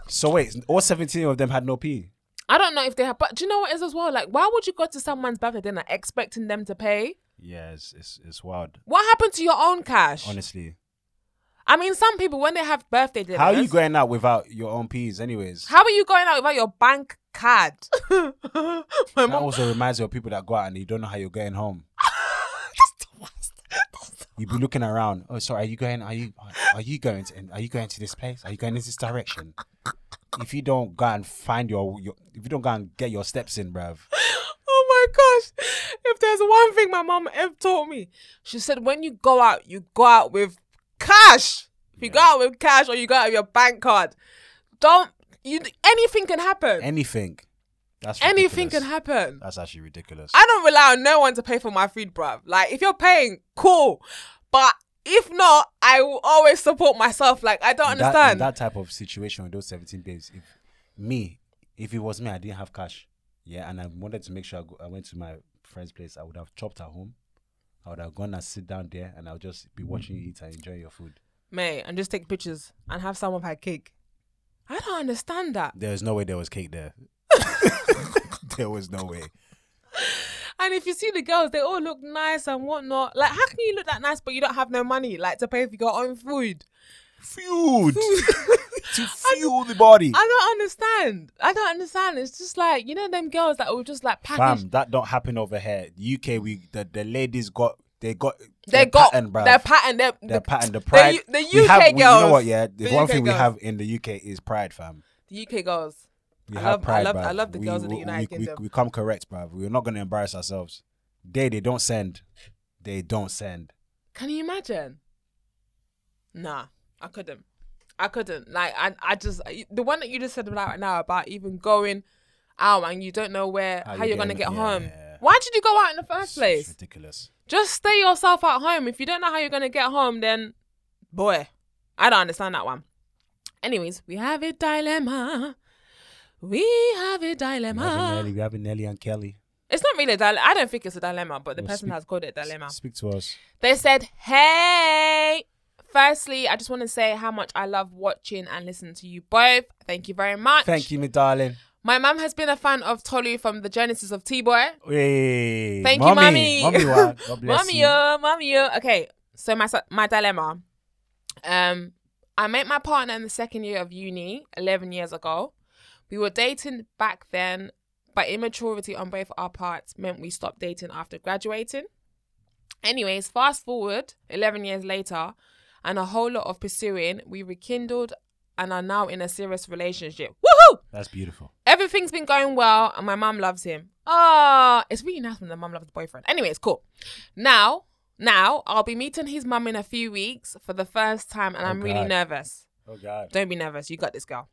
Speaker 2: So wait, all seventeen of them had no pee.
Speaker 1: I don't know if they have. But do you know what is as well? Like, why would you go to someone's birthday dinner expecting them to pay?
Speaker 2: Yeah, it's it's, it's wild.
Speaker 1: What happened to your own cash?
Speaker 2: Honestly,
Speaker 1: I mean, some people when they have birthday dinners,
Speaker 2: how are you going out without your own peas? Anyways,
Speaker 1: How are you going out without your bank card? *laughs* My
Speaker 2: that
Speaker 1: mom-
Speaker 2: also reminds me of people that go out and you don't know how you're
Speaker 1: *laughs*
Speaker 2: going home. You be looking around. Oh, sorry. Are you going? Are you? Are you going to? Are you going to this place? Are you going in this direction? If you don't go and find your, your if you don't go and get your steps
Speaker 1: *laughs*
Speaker 2: in, bruv.
Speaker 1: oh my gosh! If there's one thing my mom ever taught me, she said when you go out, you go out with cash. If you go out with cash or you go out with your bank card, don't you? Anything can happen.
Speaker 2: Anything. That's
Speaker 1: anything
Speaker 2: ridiculous.
Speaker 1: can happen.
Speaker 2: That's actually ridiculous.
Speaker 1: I don't rely on no one to pay for my food, bruv. Like, if you're paying, cool. But if not, I will always support myself. Like, I don't
Speaker 2: In that- in
Speaker 1: understand.
Speaker 2: that, type of situation with those 17 babes. If me, if it was me, I didn't have cash. Yeah, and I wanted to make sure I, go, I went to my friend's place. I would have chopped at home. I would have gone and sit down there, and I would just be watching you eat and enjoy your food.
Speaker 1: Mate, and just take pictures and have some of her cake. I don't understand that.
Speaker 2: There was no way there was cake there. *laughs* there was no way.
Speaker 1: And if you see the girls, they all look nice and whatnot. Like, how can you look that nice but you don't have no money, like, to pay for your own food? *laughs*
Speaker 2: Food to fuel the body.
Speaker 1: I don't understand. I don't understand. It's just like, you know, them girls that will just like package.
Speaker 2: Fam, that don't happen over here. UK, we the, the ladies got they got
Speaker 1: They got
Speaker 2: bruv.
Speaker 1: their pattern. Their,
Speaker 2: the pattern, the
Speaker 1: the
Speaker 2: pride.
Speaker 1: U- the
Speaker 2: we have,
Speaker 1: UK
Speaker 2: we- you know
Speaker 1: girls.
Speaker 2: what? Yeah, the,
Speaker 1: The
Speaker 2: one
Speaker 1: UK
Speaker 2: thing
Speaker 1: girls.
Speaker 2: we have in the UK is pride, fam.
Speaker 1: The UK girls.
Speaker 2: We
Speaker 1: I
Speaker 2: have
Speaker 1: love- I
Speaker 2: pride,
Speaker 1: love-
Speaker 2: bruv.
Speaker 1: I love the
Speaker 2: we,
Speaker 1: girls in the
Speaker 2: we-
Speaker 1: United
Speaker 2: we,
Speaker 1: Kingdom.
Speaker 2: We, we come correct, bruv. We're not gonna embarrass ourselves. They they don't send. They don't send.
Speaker 1: Can you imagine? Nah, I couldn't. I couldn't. Like, I, I just the one that you just said about right now about even going out and you don't know where how,
Speaker 2: How
Speaker 1: you're
Speaker 2: you
Speaker 1: gonna
Speaker 2: getting-
Speaker 1: get
Speaker 2: yeah.
Speaker 1: home. Why did you go out in the first
Speaker 2: It's
Speaker 1: place?
Speaker 2: ridiculous.
Speaker 1: Just stay yourself at home. If you don't know how you're gonna get home, then boy, I don't understand that one. Anyways, we have a dilemma. We have a
Speaker 2: We're having Nelly,
Speaker 1: dilemma.
Speaker 2: we're having Nelly and Kelly.
Speaker 1: It's not really a dilemma. I don't think it's a dilemma, but the
Speaker 2: Well,
Speaker 1: person
Speaker 2: speak-
Speaker 1: has called it a dilemma.
Speaker 2: Speak to us.
Speaker 1: They said, Hey, firstly, I just want to say how much I love watching and listening to you both. Thank you very much.
Speaker 2: Thank you, my darling.
Speaker 1: My mum has been a fan of Tolu from the Genesis of T Boy.
Speaker 2: Hey,
Speaker 1: Thank you, mommy. *laughs*
Speaker 2: mommy. Mommy, wa- God bless
Speaker 1: Mummy,
Speaker 2: you.
Speaker 1: yo, mummy, yo. Okay, so my, my dilemma. Um, I met my partner in the second year of uni, 11 years ago. We were dating back then, but immaturity on both our parts meant we stopped dating after graduating. Anyways, fast forward 11 years later, and a whole lot of pursuing, we rekindled and are now in a serious relationship. Woohoo!
Speaker 2: That's beautiful.
Speaker 1: Everything's been going well, and my mum loves him. Ah, it's really nice when the mum loves the boyfriend. Anyway, it's cool. Now, now I'll be meeting his mum in a few weeks for the first time, and I'm really
Speaker 2: God.
Speaker 1: nervous.
Speaker 2: Oh God.
Speaker 1: Don't be nervous. You got this, girl.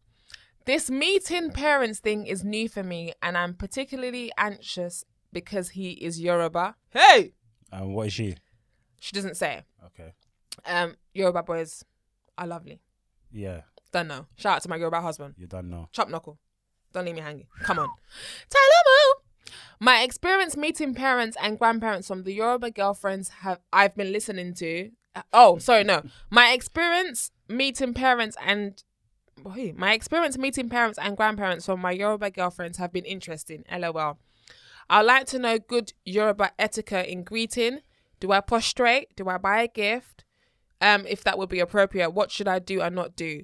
Speaker 1: This meeting parents thing is new for me, and I'm particularly anxious because he is Yoruba. Hey,
Speaker 2: And what is she?
Speaker 1: she doesn't say.
Speaker 2: Okay.
Speaker 1: Um, Yoruba boys are lovely.
Speaker 2: Yeah,
Speaker 1: Don't know. Shout out to my Yoruba husband.
Speaker 2: you don't know.
Speaker 1: Chop knuckle. Don't leave me hanging. Come on. Talamu. My experience meeting parents and grandparents from the Yoruba girlfriends have I've been listening to. uh, oh, sorry, no. My experience meeting parents and boy, my experience meeting parents and grandparents from my Yoruba girlfriends have been interesting. LOL. I'd like to know good Yoruba etiquette in greeting. Do I prostrate? Do I buy a gift? Um, if that would be appropriate, what should I do and not do?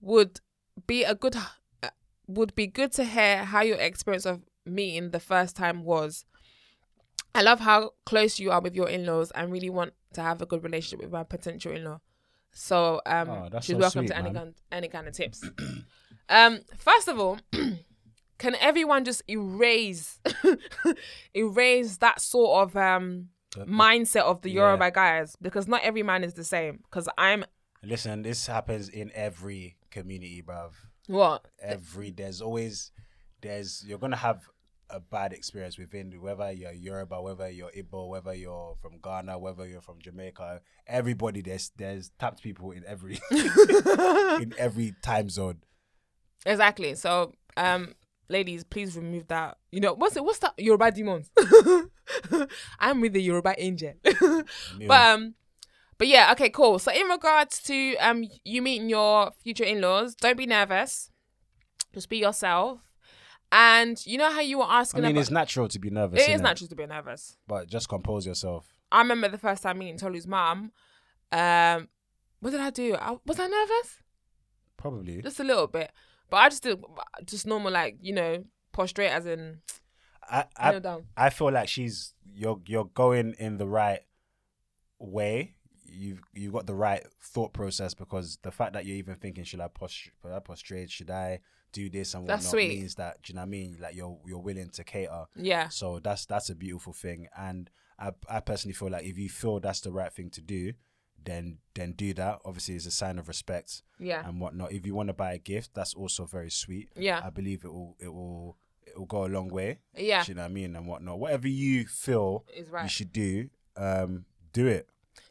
Speaker 1: Would be a good uh, would be good to hear how your experience of meeting the first time was. I love how close you are with your in-laws and really want to have a good relationship with my potential in-law. So um,
Speaker 2: Oh, that's
Speaker 1: she's
Speaker 2: so
Speaker 1: welcome to
Speaker 2: sweet,
Speaker 1: any
Speaker 2: man.
Speaker 1: kind, any kind of tips. *clears throat* um, first of all, can everyone just erase erase that sort of um,
Speaker 2: The- the-
Speaker 1: mindset of the
Speaker 2: Yeah.
Speaker 1: Yoruba guys? Because not every man is the same. Because I'm
Speaker 2: Listen, this happens in every community, bruv.
Speaker 1: what
Speaker 2: Every there's always there's you're gonna have a bad experience within whether you're Yoruba, whether you're Igbo, whether you're from Ghana, whether you're from Jamaica. Everybody there's there's tapped people in every *laughs* in every time zone.
Speaker 1: Exactly. So, um, ladies, please remove that. You know, what's it? What's that? Yoruba demons. *laughs* I'm with the Yoruba angel. *laughs* but um, but yeah, okay, cool. So in regards to um, you meeting your future in-laws, don't be nervous. Just be yourself. And you know how you were
Speaker 2: I
Speaker 1: asking
Speaker 2: mean,
Speaker 1: about.
Speaker 2: it's natural to be nervous.
Speaker 1: it is
Speaker 2: innit?
Speaker 1: natural to be nervous.
Speaker 2: but just compose yourself.
Speaker 1: I remember the first time meeting Tolu's mum. Um, what did I do? I, was I nervous?
Speaker 2: Probably.
Speaker 1: just a little bit. But I just did just normal, like you know, prostrate as in
Speaker 2: I,
Speaker 1: kneel
Speaker 2: I,
Speaker 1: down.
Speaker 2: I feel like she's you're you're going in the right way. You've you got the right thought process because the fact that you're even thinking, should I post should I prostrate? Should I do this and whatnot
Speaker 1: That's sweet.
Speaker 2: means that do you know what I mean? Like you're you're willing to cater.
Speaker 1: Yeah,
Speaker 2: So that's that's a beautiful thing. And I I personally feel like if you feel that's the right thing to do, then then do that. Obviously it's a sign of respect
Speaker 1: yeah,
Speaker 2: and whatnot. If you want to buy a gift, that's also very sweet.
Speaker 1: yeah,
Speaker 2: I believe it will it will it will go a long way.
Speaker 1: yeah.
Speaker 2: Do you know what I mean? And whatnot. Whatever you feel
Speaker 1: Is
Speaker 2: you
Speaker 1: right.
Speaker 2: should do, um, do it.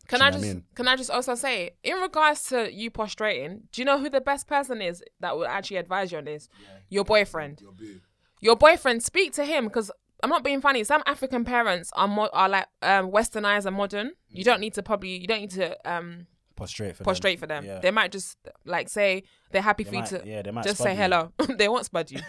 Speaker 1: Can
Speaker 2: do you
Speaker 1: I
Speaker 2: know what I
Speaker 1: just
Speaker 2: mean?
Speaker 1: can I just also say in regards to you prostrating? Do you know who the best person is that would actually advise you on this? Your boyfriend. Your boyfriend. Speak to him because. I'm not being funny. Some African parents are mo- are like um, westernized and modern. You
Speaker 2: Mm.
Speaker 1: don't need to probably you don't need to um,
Speaker 2: Prostrate for
Speaker 1: prostrate for them.
Speaker 2: Yeah.
Speaker 1: They might just like say they're happy
Speaker 2: They
Speaker 1: for
Speaker 2: might-
Speaker 1: you to
Speaker 2: yeah, they might
Speaker 1: just
Speaker 2: spud
Speaker 1: say
Speaker 2: you.
Speaker 1: hello. *laughs* they won't spud
Speaker 2: *laughs*
Speaker 1: you.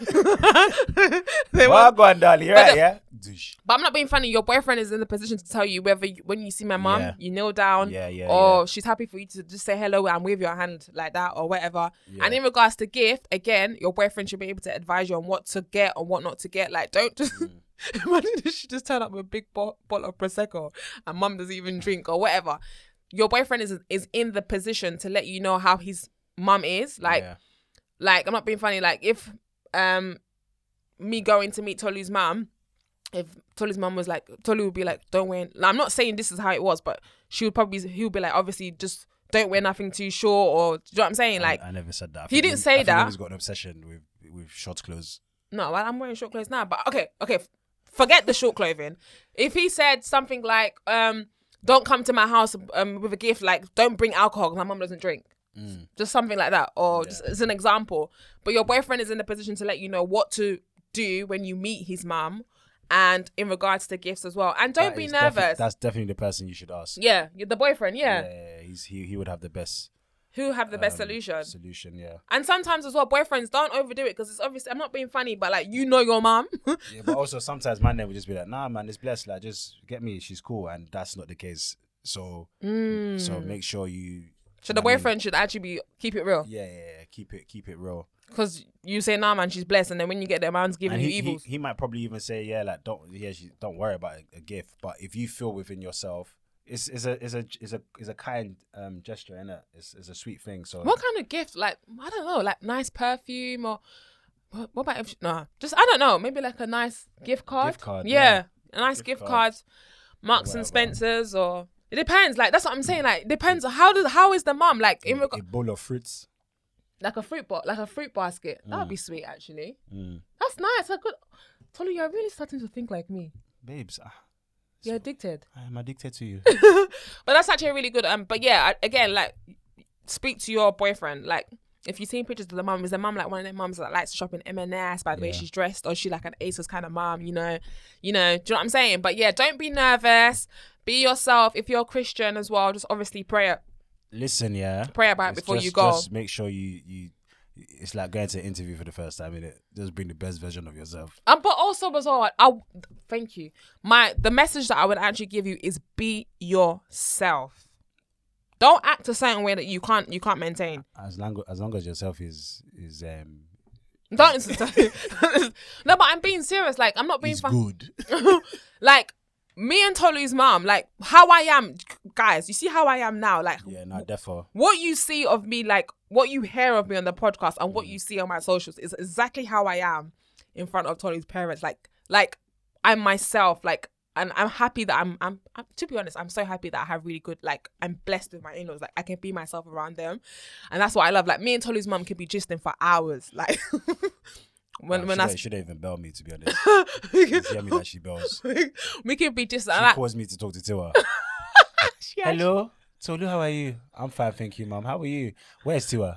Speaker 1: they won't
Speaker 2: Well, go on, darling. You're
Speaker 1: But
Speaker 2: right,
Speaker 1: the-
Speaker 2: yeah. Douche.
Speaker 1: But I'm not being funny. Your boyfriend is in the position to tell you whether you, when you see my mum,
Speaker 2: Yeah.
Speaker 1: you kneel down,
Speaker 2: Yeah, yeah,
Speaker 1: or she's happy for you to just say hello and wave your hand like that or whatever. And in regards to gift, again, your boyfriend should be able to advise you on what to get and what not to get. Like, don't just
Speaker 2: Mm.
Speaker 1: *laughs* imagine if she just turned up with a big bo- bottle of prosecco and mum doesn't even drink or whatever. Your boyfriend is is in the position to let you know how his mum is. Like,
Speaker 2: Yeah.
Speaker 1: like I'm not being funny. Like if um me going to meet Tolu's mum, if Tolu's mum was like Tolu would be like, don't wear. Like, I'm not saying this is how it was, but she would probably he would be like, obviously just don't wear nothing too short or do you know what I'm saying? Like
Speaker 2: I, I never said that. I
Speaker 1: he
Speaker 2: think
Speaker 1: didn't
Speaker 2: Mim-
Speaker 1: say
Speaker 2: I think
Speaker 1: that.
Speaker 2: He's got an obsession with with short clothes.
Speaker 1: no, well, I'm wearing short clothes now. But okay, okay, f- forget the short clothing. If he said something like, um, don't come to my house um, with a gift, like don't bring alcohol 'cause my mum doesn't drink.
Speaker 2: Mm.
Speaker 1: Just something like that, or just as an example. But your boyfriend is in a position to let you know what to do when you meet his mum, and in regards to gifts as well. And don't
Speaker 2: That
Speaker 1: be
Speaker 2: is defi-
Speaker 1: nervous.
Speaker 2: that's definitely the person you should ask.
Speaker 1: yeah, you're the boyfriend. Yeah,
Speaker 2: yeah he's he he would have the best
Speaker 1: who have the best
Speaker 2: um,
Speaker 1: solution?
Speaker 2: Solution, yeah.
Speaker 1: And sometimes as well, boyfriends don't overdo it because it's obviously I'm not being funny, but like you know your mum. *laughs*
Speaker 2: Yeah, but also sometimes my name would just be like, nah, man, it's blessed. Like, just get me. She's cool, and that's not the case. So, so make sure you
Speaker 1: Mm. So the boyfriend should actually be keep it real.
Speaker 2: Yeah, yeah, yeah. Keep it, keep it real.
Speaker 1: Because you say nah man, she's blessed, and then when you get there, man's giving
Speaker 2: And
Speaker 1: you
Speaker 2: he, he,
Speaker 1: evils.
Speaker 2: he might probably even say, yeah, like don't, yeah, she, don't worry about a, a gift. But if you feel within yourself, it's, it's a, it's a, it's a, it's a kind um gesture, innit? It's, it's a sweet thing. So
Speaker 1: what kind of gift? Like I don't know, like nice perfume or what, what about if she, nah? Just I don't know, maybe like a nice gift card.
Speaker 2: card,
Speaker 1: yeah,
Speaker 2: yeah.
Speaker 1: a nice gift,
Speaker 2: Gift
Speaker 1: card,
Speaker 2: card.
Speaker 1: Marks and
Speaker 2: Whatever.
Speaker 1: Spencers or. It depends. Like that's what I'm saying. Like it depends. on How does how is the mom like in reg-
Speaker 2: a bowl of fruits.
Speaker 1: like a fruit bo- like a fruit basket? That would
Speaker 2: Mm.
Speaker 1: be sweet actually. That's nice. I could. Tolu, you're really starting to think like me.
Speaker 2: Babes, I,
Speaker 1: You're addicted.
Speaker 2: I am addicted
Speaker 1: *laughs*
Speaker 2: to you.
Speaker 1: But that's actually really good. Um, but yeah, I, again, like, speak to your boyfriend. Like, if you've seen pictures of the mum, is the mum like one of them mums that likes to shop in M&S by the way she's dressed, or is she like an ASOS kind of mum? You know, you know. Do you know what I'm saying? But yeah, don't be nervous. Be yourself. If you're a Christian as well, just obviously pray
Speaker 2: Listen, yeah.
Speaker 1: pray about it
Speaker 2: It's
Speaker 1: before
Speaker 2: just,
Speaker 1: you go.
Speaker 2: Just make sure you you. It's like going to an interview for the first time, innit? Just bring the best version of yourself.
Speaker 1: Um, but also as well, I, I thank you. My the message that I would actually give you is be yourself. Don't act a certain way that you can't you can't maintain.
Speaker 2: As long as long as yourself is is um
Speaker 1: Don't *laughs* listen to No, but I'm being serious. Like I'm not being
Speaker 2: is
Speaker 1: fun.
Speaker 2: good.
Speaker 1: like me and Tolu's mom, like how I am, guys. You see how I am now. Like
Speaker 2: yeah, no, therefore
Speaker 1: what you see of me, like what you hear of me on the podcast and what you see on my socials is exactly how I am in front of Tony's parents. Like, like I'm myself. Like, and I'm happy that I'm, I'm. I'm. To be honest, I'm so happy that I have really good. Like, I'm blessed with my in-laws. Like, I can be myself around them, and that's what I love. Like, me and Tony's mum can be gisting for hours. *laughs* Like, when when
Speaker 2: Nah, she,
Speaker 1: I.
Speaker 2: don't-
Speaker 1: sp-
Speaker 2: she don't even bell me to
Speaker 1: *laughs*
Speaker 2: be honest. You hear me that she bells. She
Speaker 1: we can be just like,
Speaker 2: calls me to talk
Speaker 1: *laughs*
Speaker 2: to Tiwa.
Speaker 1: she actually-
Speaker 2: Hello, Tolu, how are you? I'm fine, thank you, mum. How are you? Where's Tiwa?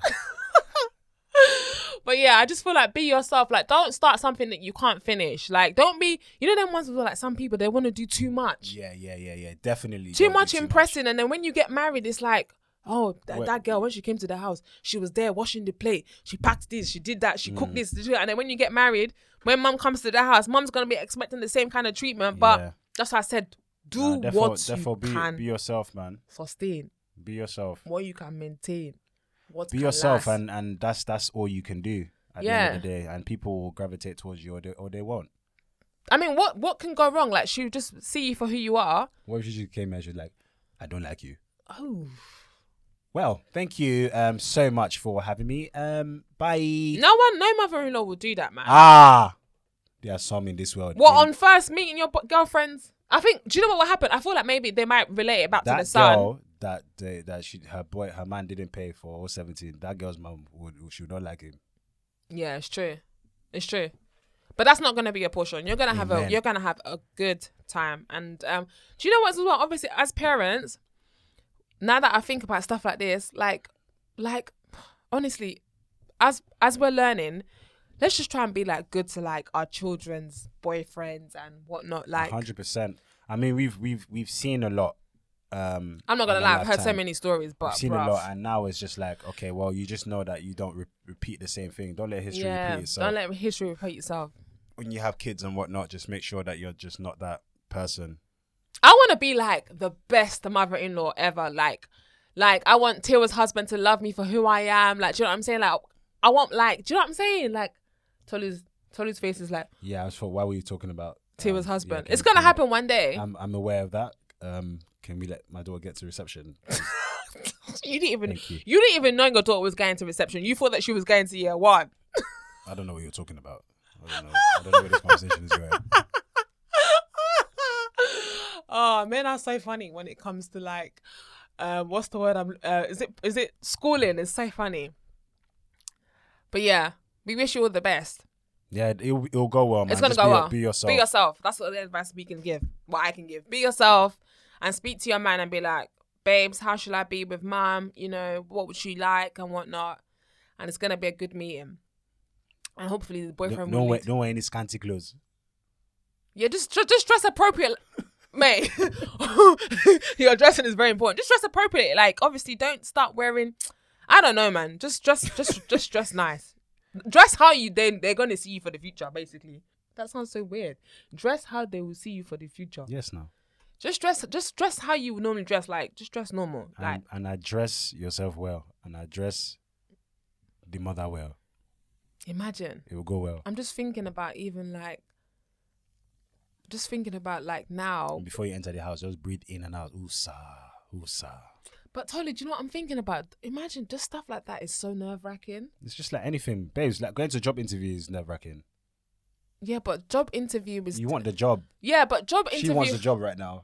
Speaker 1: But yeah, I just feel like be yourself. Like, don't start something that you can't finish. Like, don't be. You know, them ones where like some people they want to do too much,
Speaker 2: yeah, yeah, yeah, yeah. Definitely.
Speaker 1: too
Speaker 2: don't do
Speaker 1: much impressing, and then when you get married, it's like, oh, that,
Speaker 2: Wait.
Speaker 1: that girl when she came to the house, she was there washing the plate, she packed this, she did that, she
Speaker 2: Mm.
Speaker 1: cooked this, did that. and then when you get married, when mum comes to the house, mum's gonna be expecting the same kind of treatment. But
Speaker 2: Yeah.
Speaker 1: that's why I said, do
Speaker 2: Nah, therefore,
Speaker 1: what
Speaker 2: therefore
Speaker 1: you
Speaker 2: be,
Speaker 1: can
Speaker 2: be yourself, man.
Speaker 1: sustain,
Speaker 2: Be yourself.
Speaker 1: what you can maintain, what
Speaker 2: be
Speaker 1: can
Speaker 2: yourself
Speaker 1: last.
Speaker 2: and and that's that's all you can do at the end of the day and people will gravitate towards you or they, or they won't
Speaker 1: I mean, what what can go wrong? Like, she just see you for who you are.
Speaker 2: what if she just came and she was like i don't like you
Speaker 1: Oh.
Speaker 2: well thank you um so much for having me um bye
Speaker 1: No one, no mother-in-law will do that, man.
Speaker 2: ah there are some in this world
Speaker 1: what
Speaker 2: In-
Speaker 1: on first meeting your bo- girlfriends? I think. Do you know what will happen? I feel like maybe they might relate it back to the
Speaker 2: that
Speaker 1: son.
Speaker 2: girl that they, that she her boy her man didn't pay for all 17 that girl's mom would she would not like him
Speaker 1: Yeah, it's true. It's true. But that's not gonna be your portion. You're gonna have a
Speaker 2: Amen.
Speaker 1: you're gonna have a good time. And um, do you know what as well? Obviously, as parents, now that I think about stuff like this, like like honestly, as as we're learning, let's just try and be like good to like our children's boyfriends and whatnot. Like
Speaker 2: 100% i mean we've we've we've seen a lot um
Speaker 1: I'm not gonna
Speaker 2: in
Speaker 1: lie,
Speaker 2: our
Speaker 1: I've heard so
Speaker 2: time.
Speaker 1: many stories, but
Speaker 2: I've seen
Speaker 1: bruv.
Speaker 2: a lot, and now it's just like, okay, well, you just know that you don't re- repeat the same thing. Don't let history
Speaker 1: yeah,
Speaker 2: repeat itself.
Speaker 1: don't let history repeat itself.
Speaker 2: when you have kids and whatnot, just make sure that you're just not that person.
Speaker 1: I want to be like the best mother-in-law ever. Like, like I want Tiwa's husband to love me for who I am. Like, do you know what I'm saying? Like, I want like, do you know what I'm saying? Like, Tolu's Tolu's face is like
Speaker 2: Yeah, I was thought, why were you talking about
Speaker 1: Tiwa's
Speaker 2: um,
Speaker 1: husband.
Speaker 2: yeah, can-
Speaker 1: it's gonna
Speaker 2: can-
Speaker 1: happen one day.
Speaker 2: I'm, I'm aware of that. Um, can we let my daughter get to reception?
Speaker 1: *laughs* you didn't even
Speaker 2: Thank
Speaker 1: you.
Speaker 2: you.
Speaker 1: didn't even know your daughter was going to reception. You thought that she was going to year one.
Speaker 2: I don't know what you're talking about. I don't know. I don't know where this conversation is going.
Speaker 1: *laughs* oh, men are so funny when it comes to like, um, what's the word? I'm uh, is it is it schooling? It's so funny. But yeah, we wish you all the best.
Speaker 2: Yeah, it'll, it'll go well, man.
Speaker 1: It's gonna
Speaker 2: Just
Speaker 1: go
Speaker 2: be,
Speaker 1: well.
Speaker 2: Be yourself.
Speaker 1: Be yourself. That's what the advice we can give. What I can give. Be yourself and speak to your man and be like, babes, how should I be with mom? You know, what would she like and whatnot? And it's gonna be a good meeting. And hopefully the
Speaker 2: No,
Speaker 1: boyfriend
Speaker 2: don't,
Speaker 1: will.
Speaker 2: wear,
Speaker 1: lead-
Speaker 2: don't wear any scanty clothes.
Speaker 1: Yeah, just dr- just dress appropriate. Mate, *laughs* your dressing is very important. Just dress appropriate. Like, obviously, don't start wearing. I don't know, man. Just dress, just, *laughs* just dress nice. Dress how you then they're gonna see you for the future. Basically, that sounds so weird. Dress how they will see you for the future.
Speaker 2: Yes, now.
Speaker 1: Just dress, just dress how you would normally dress. Like, just dress normal. Like,
Speaker 2: and, and address yourself well and address the mother well.
Speaker 1: imagine.
Speaker 2: It will go well.
Speaker 1: I'm just thinking about even like, just thinking about like now.
Speaker 2: And before you enter the house, just breathe in and out. Usa, usa.
Speaker 1: But totally, do you know what I'm thinking about? Imagine just stuff like that is so nerve wracking.
Speaker 2: It's just like anything, babes. Like going to job interview is nerve wracking.
Speaker 1: Yeah, but job interview is.
Speaker 2: You want the job.
Speaker 1: yeah, but job interview.
Speaker 2: She wants the job
Speaker 1: *laughs*
Speaker 2: right now.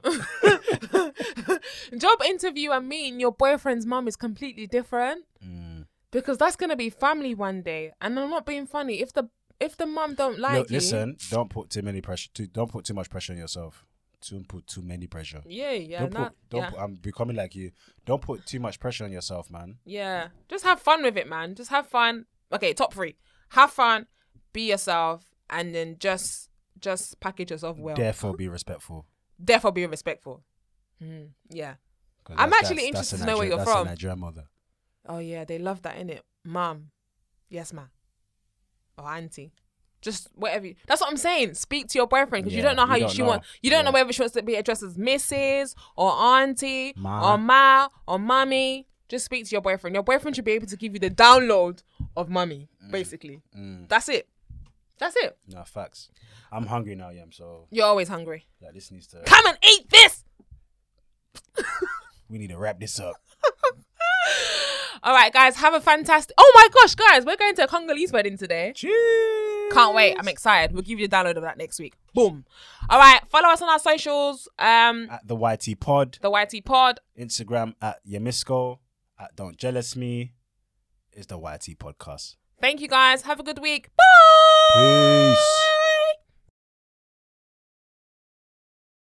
Speaker 1: job interview and meeting your boyfriend's mum is completely different
Speaker 2: Mm.
Speaker 1: because that's gonna be family one day. And I'm not being funny. If the if the mum don't like
Speaker 2: Look,
Speaker 1: you,
Speaker 2: listen, don't put too many pressure. Too, don't put too much pressure on yourself. Don't put too many pressure.
Speaker 1: Yeah, yeah,
Speaker 2: don't
Speaker 1: nah,
Speaker 2: put, don't
Speaker 1: yeah,
Speaker 2: put, I'm becoming like you. Don't put too much pressure on yourself, man.
Speaker 1: yeah. Just have fun with it, man. Just have fun. Okay, top three: have fun, be yourself, and then just just package yourself well.
Speaker 2: Therefore, be respectful.
Speaker 1: Therefore, be respectful. Mm, yeah.
Speaker 2: 'Cause
Speaker 1: I'm
Speaker 2: that's-
Speaker 1: actually
Speaker 2: that's- that's
Speaker 1: interested
Speaker 2: a
Speaker 1: to know where
Speaker 2: Nigerian-
Speaker 1: you're
Speaker 2: that's a
Speaker 1: from.
Speaker 2: Nigerian mother.
Speaker 1: Oh yeah, they love that in it, mum. Yes, ma. Or auntie. Just whatever. You, that's what I'm saying. Speak to your boyfriend because you
Speaker 2: Yeah,
Speaker 1: don't know how
Speaker 2: you
Speaker 1: you,
Speaker 2: don't
Speaker 1: she wants.
Speaker 2: know.
Speaker 1: You don't know
Speaker 2: Yeah.
Speaker 1: whether she wants to be addressed as Mrs. or Auntie
Speaker 2: Ma.
Speaker 1: or Ma or Mummy. Just speak to your boyfriend. Your boyfriend should be able to give you the download of Mummy,
Speaker 2: Mm.
Speaker 1: basically. That's it. That's it.
Speaker 2: No facts. I'm hungry now, yeah. So
Speaker 1: You're always hungry.
Speaker 2: like, this needs to.
Speaker 1: Come and eat this.
Speaker 2: We need to wrap this up.
Speaker 1: All right, guys. Have a fantastic. Oh my gosh, guys, we're going to a Congolese wedding today.
Speaker 2: Cheers.
Speaker 1: Can't wait. I'm excited. We'll give you a download of that next week. Boom. All right. Follow us on our socials. Um,
Speaker 2: At the YT Pod,
Speaker 1: the YT Pod.
Speaker 2: Instagram at Yemisco, at Don't Jealous Me, is the YT Podcast.
Speaker 1: Thank you guys. Have a good week. Bye.
Speaker 2: Peace.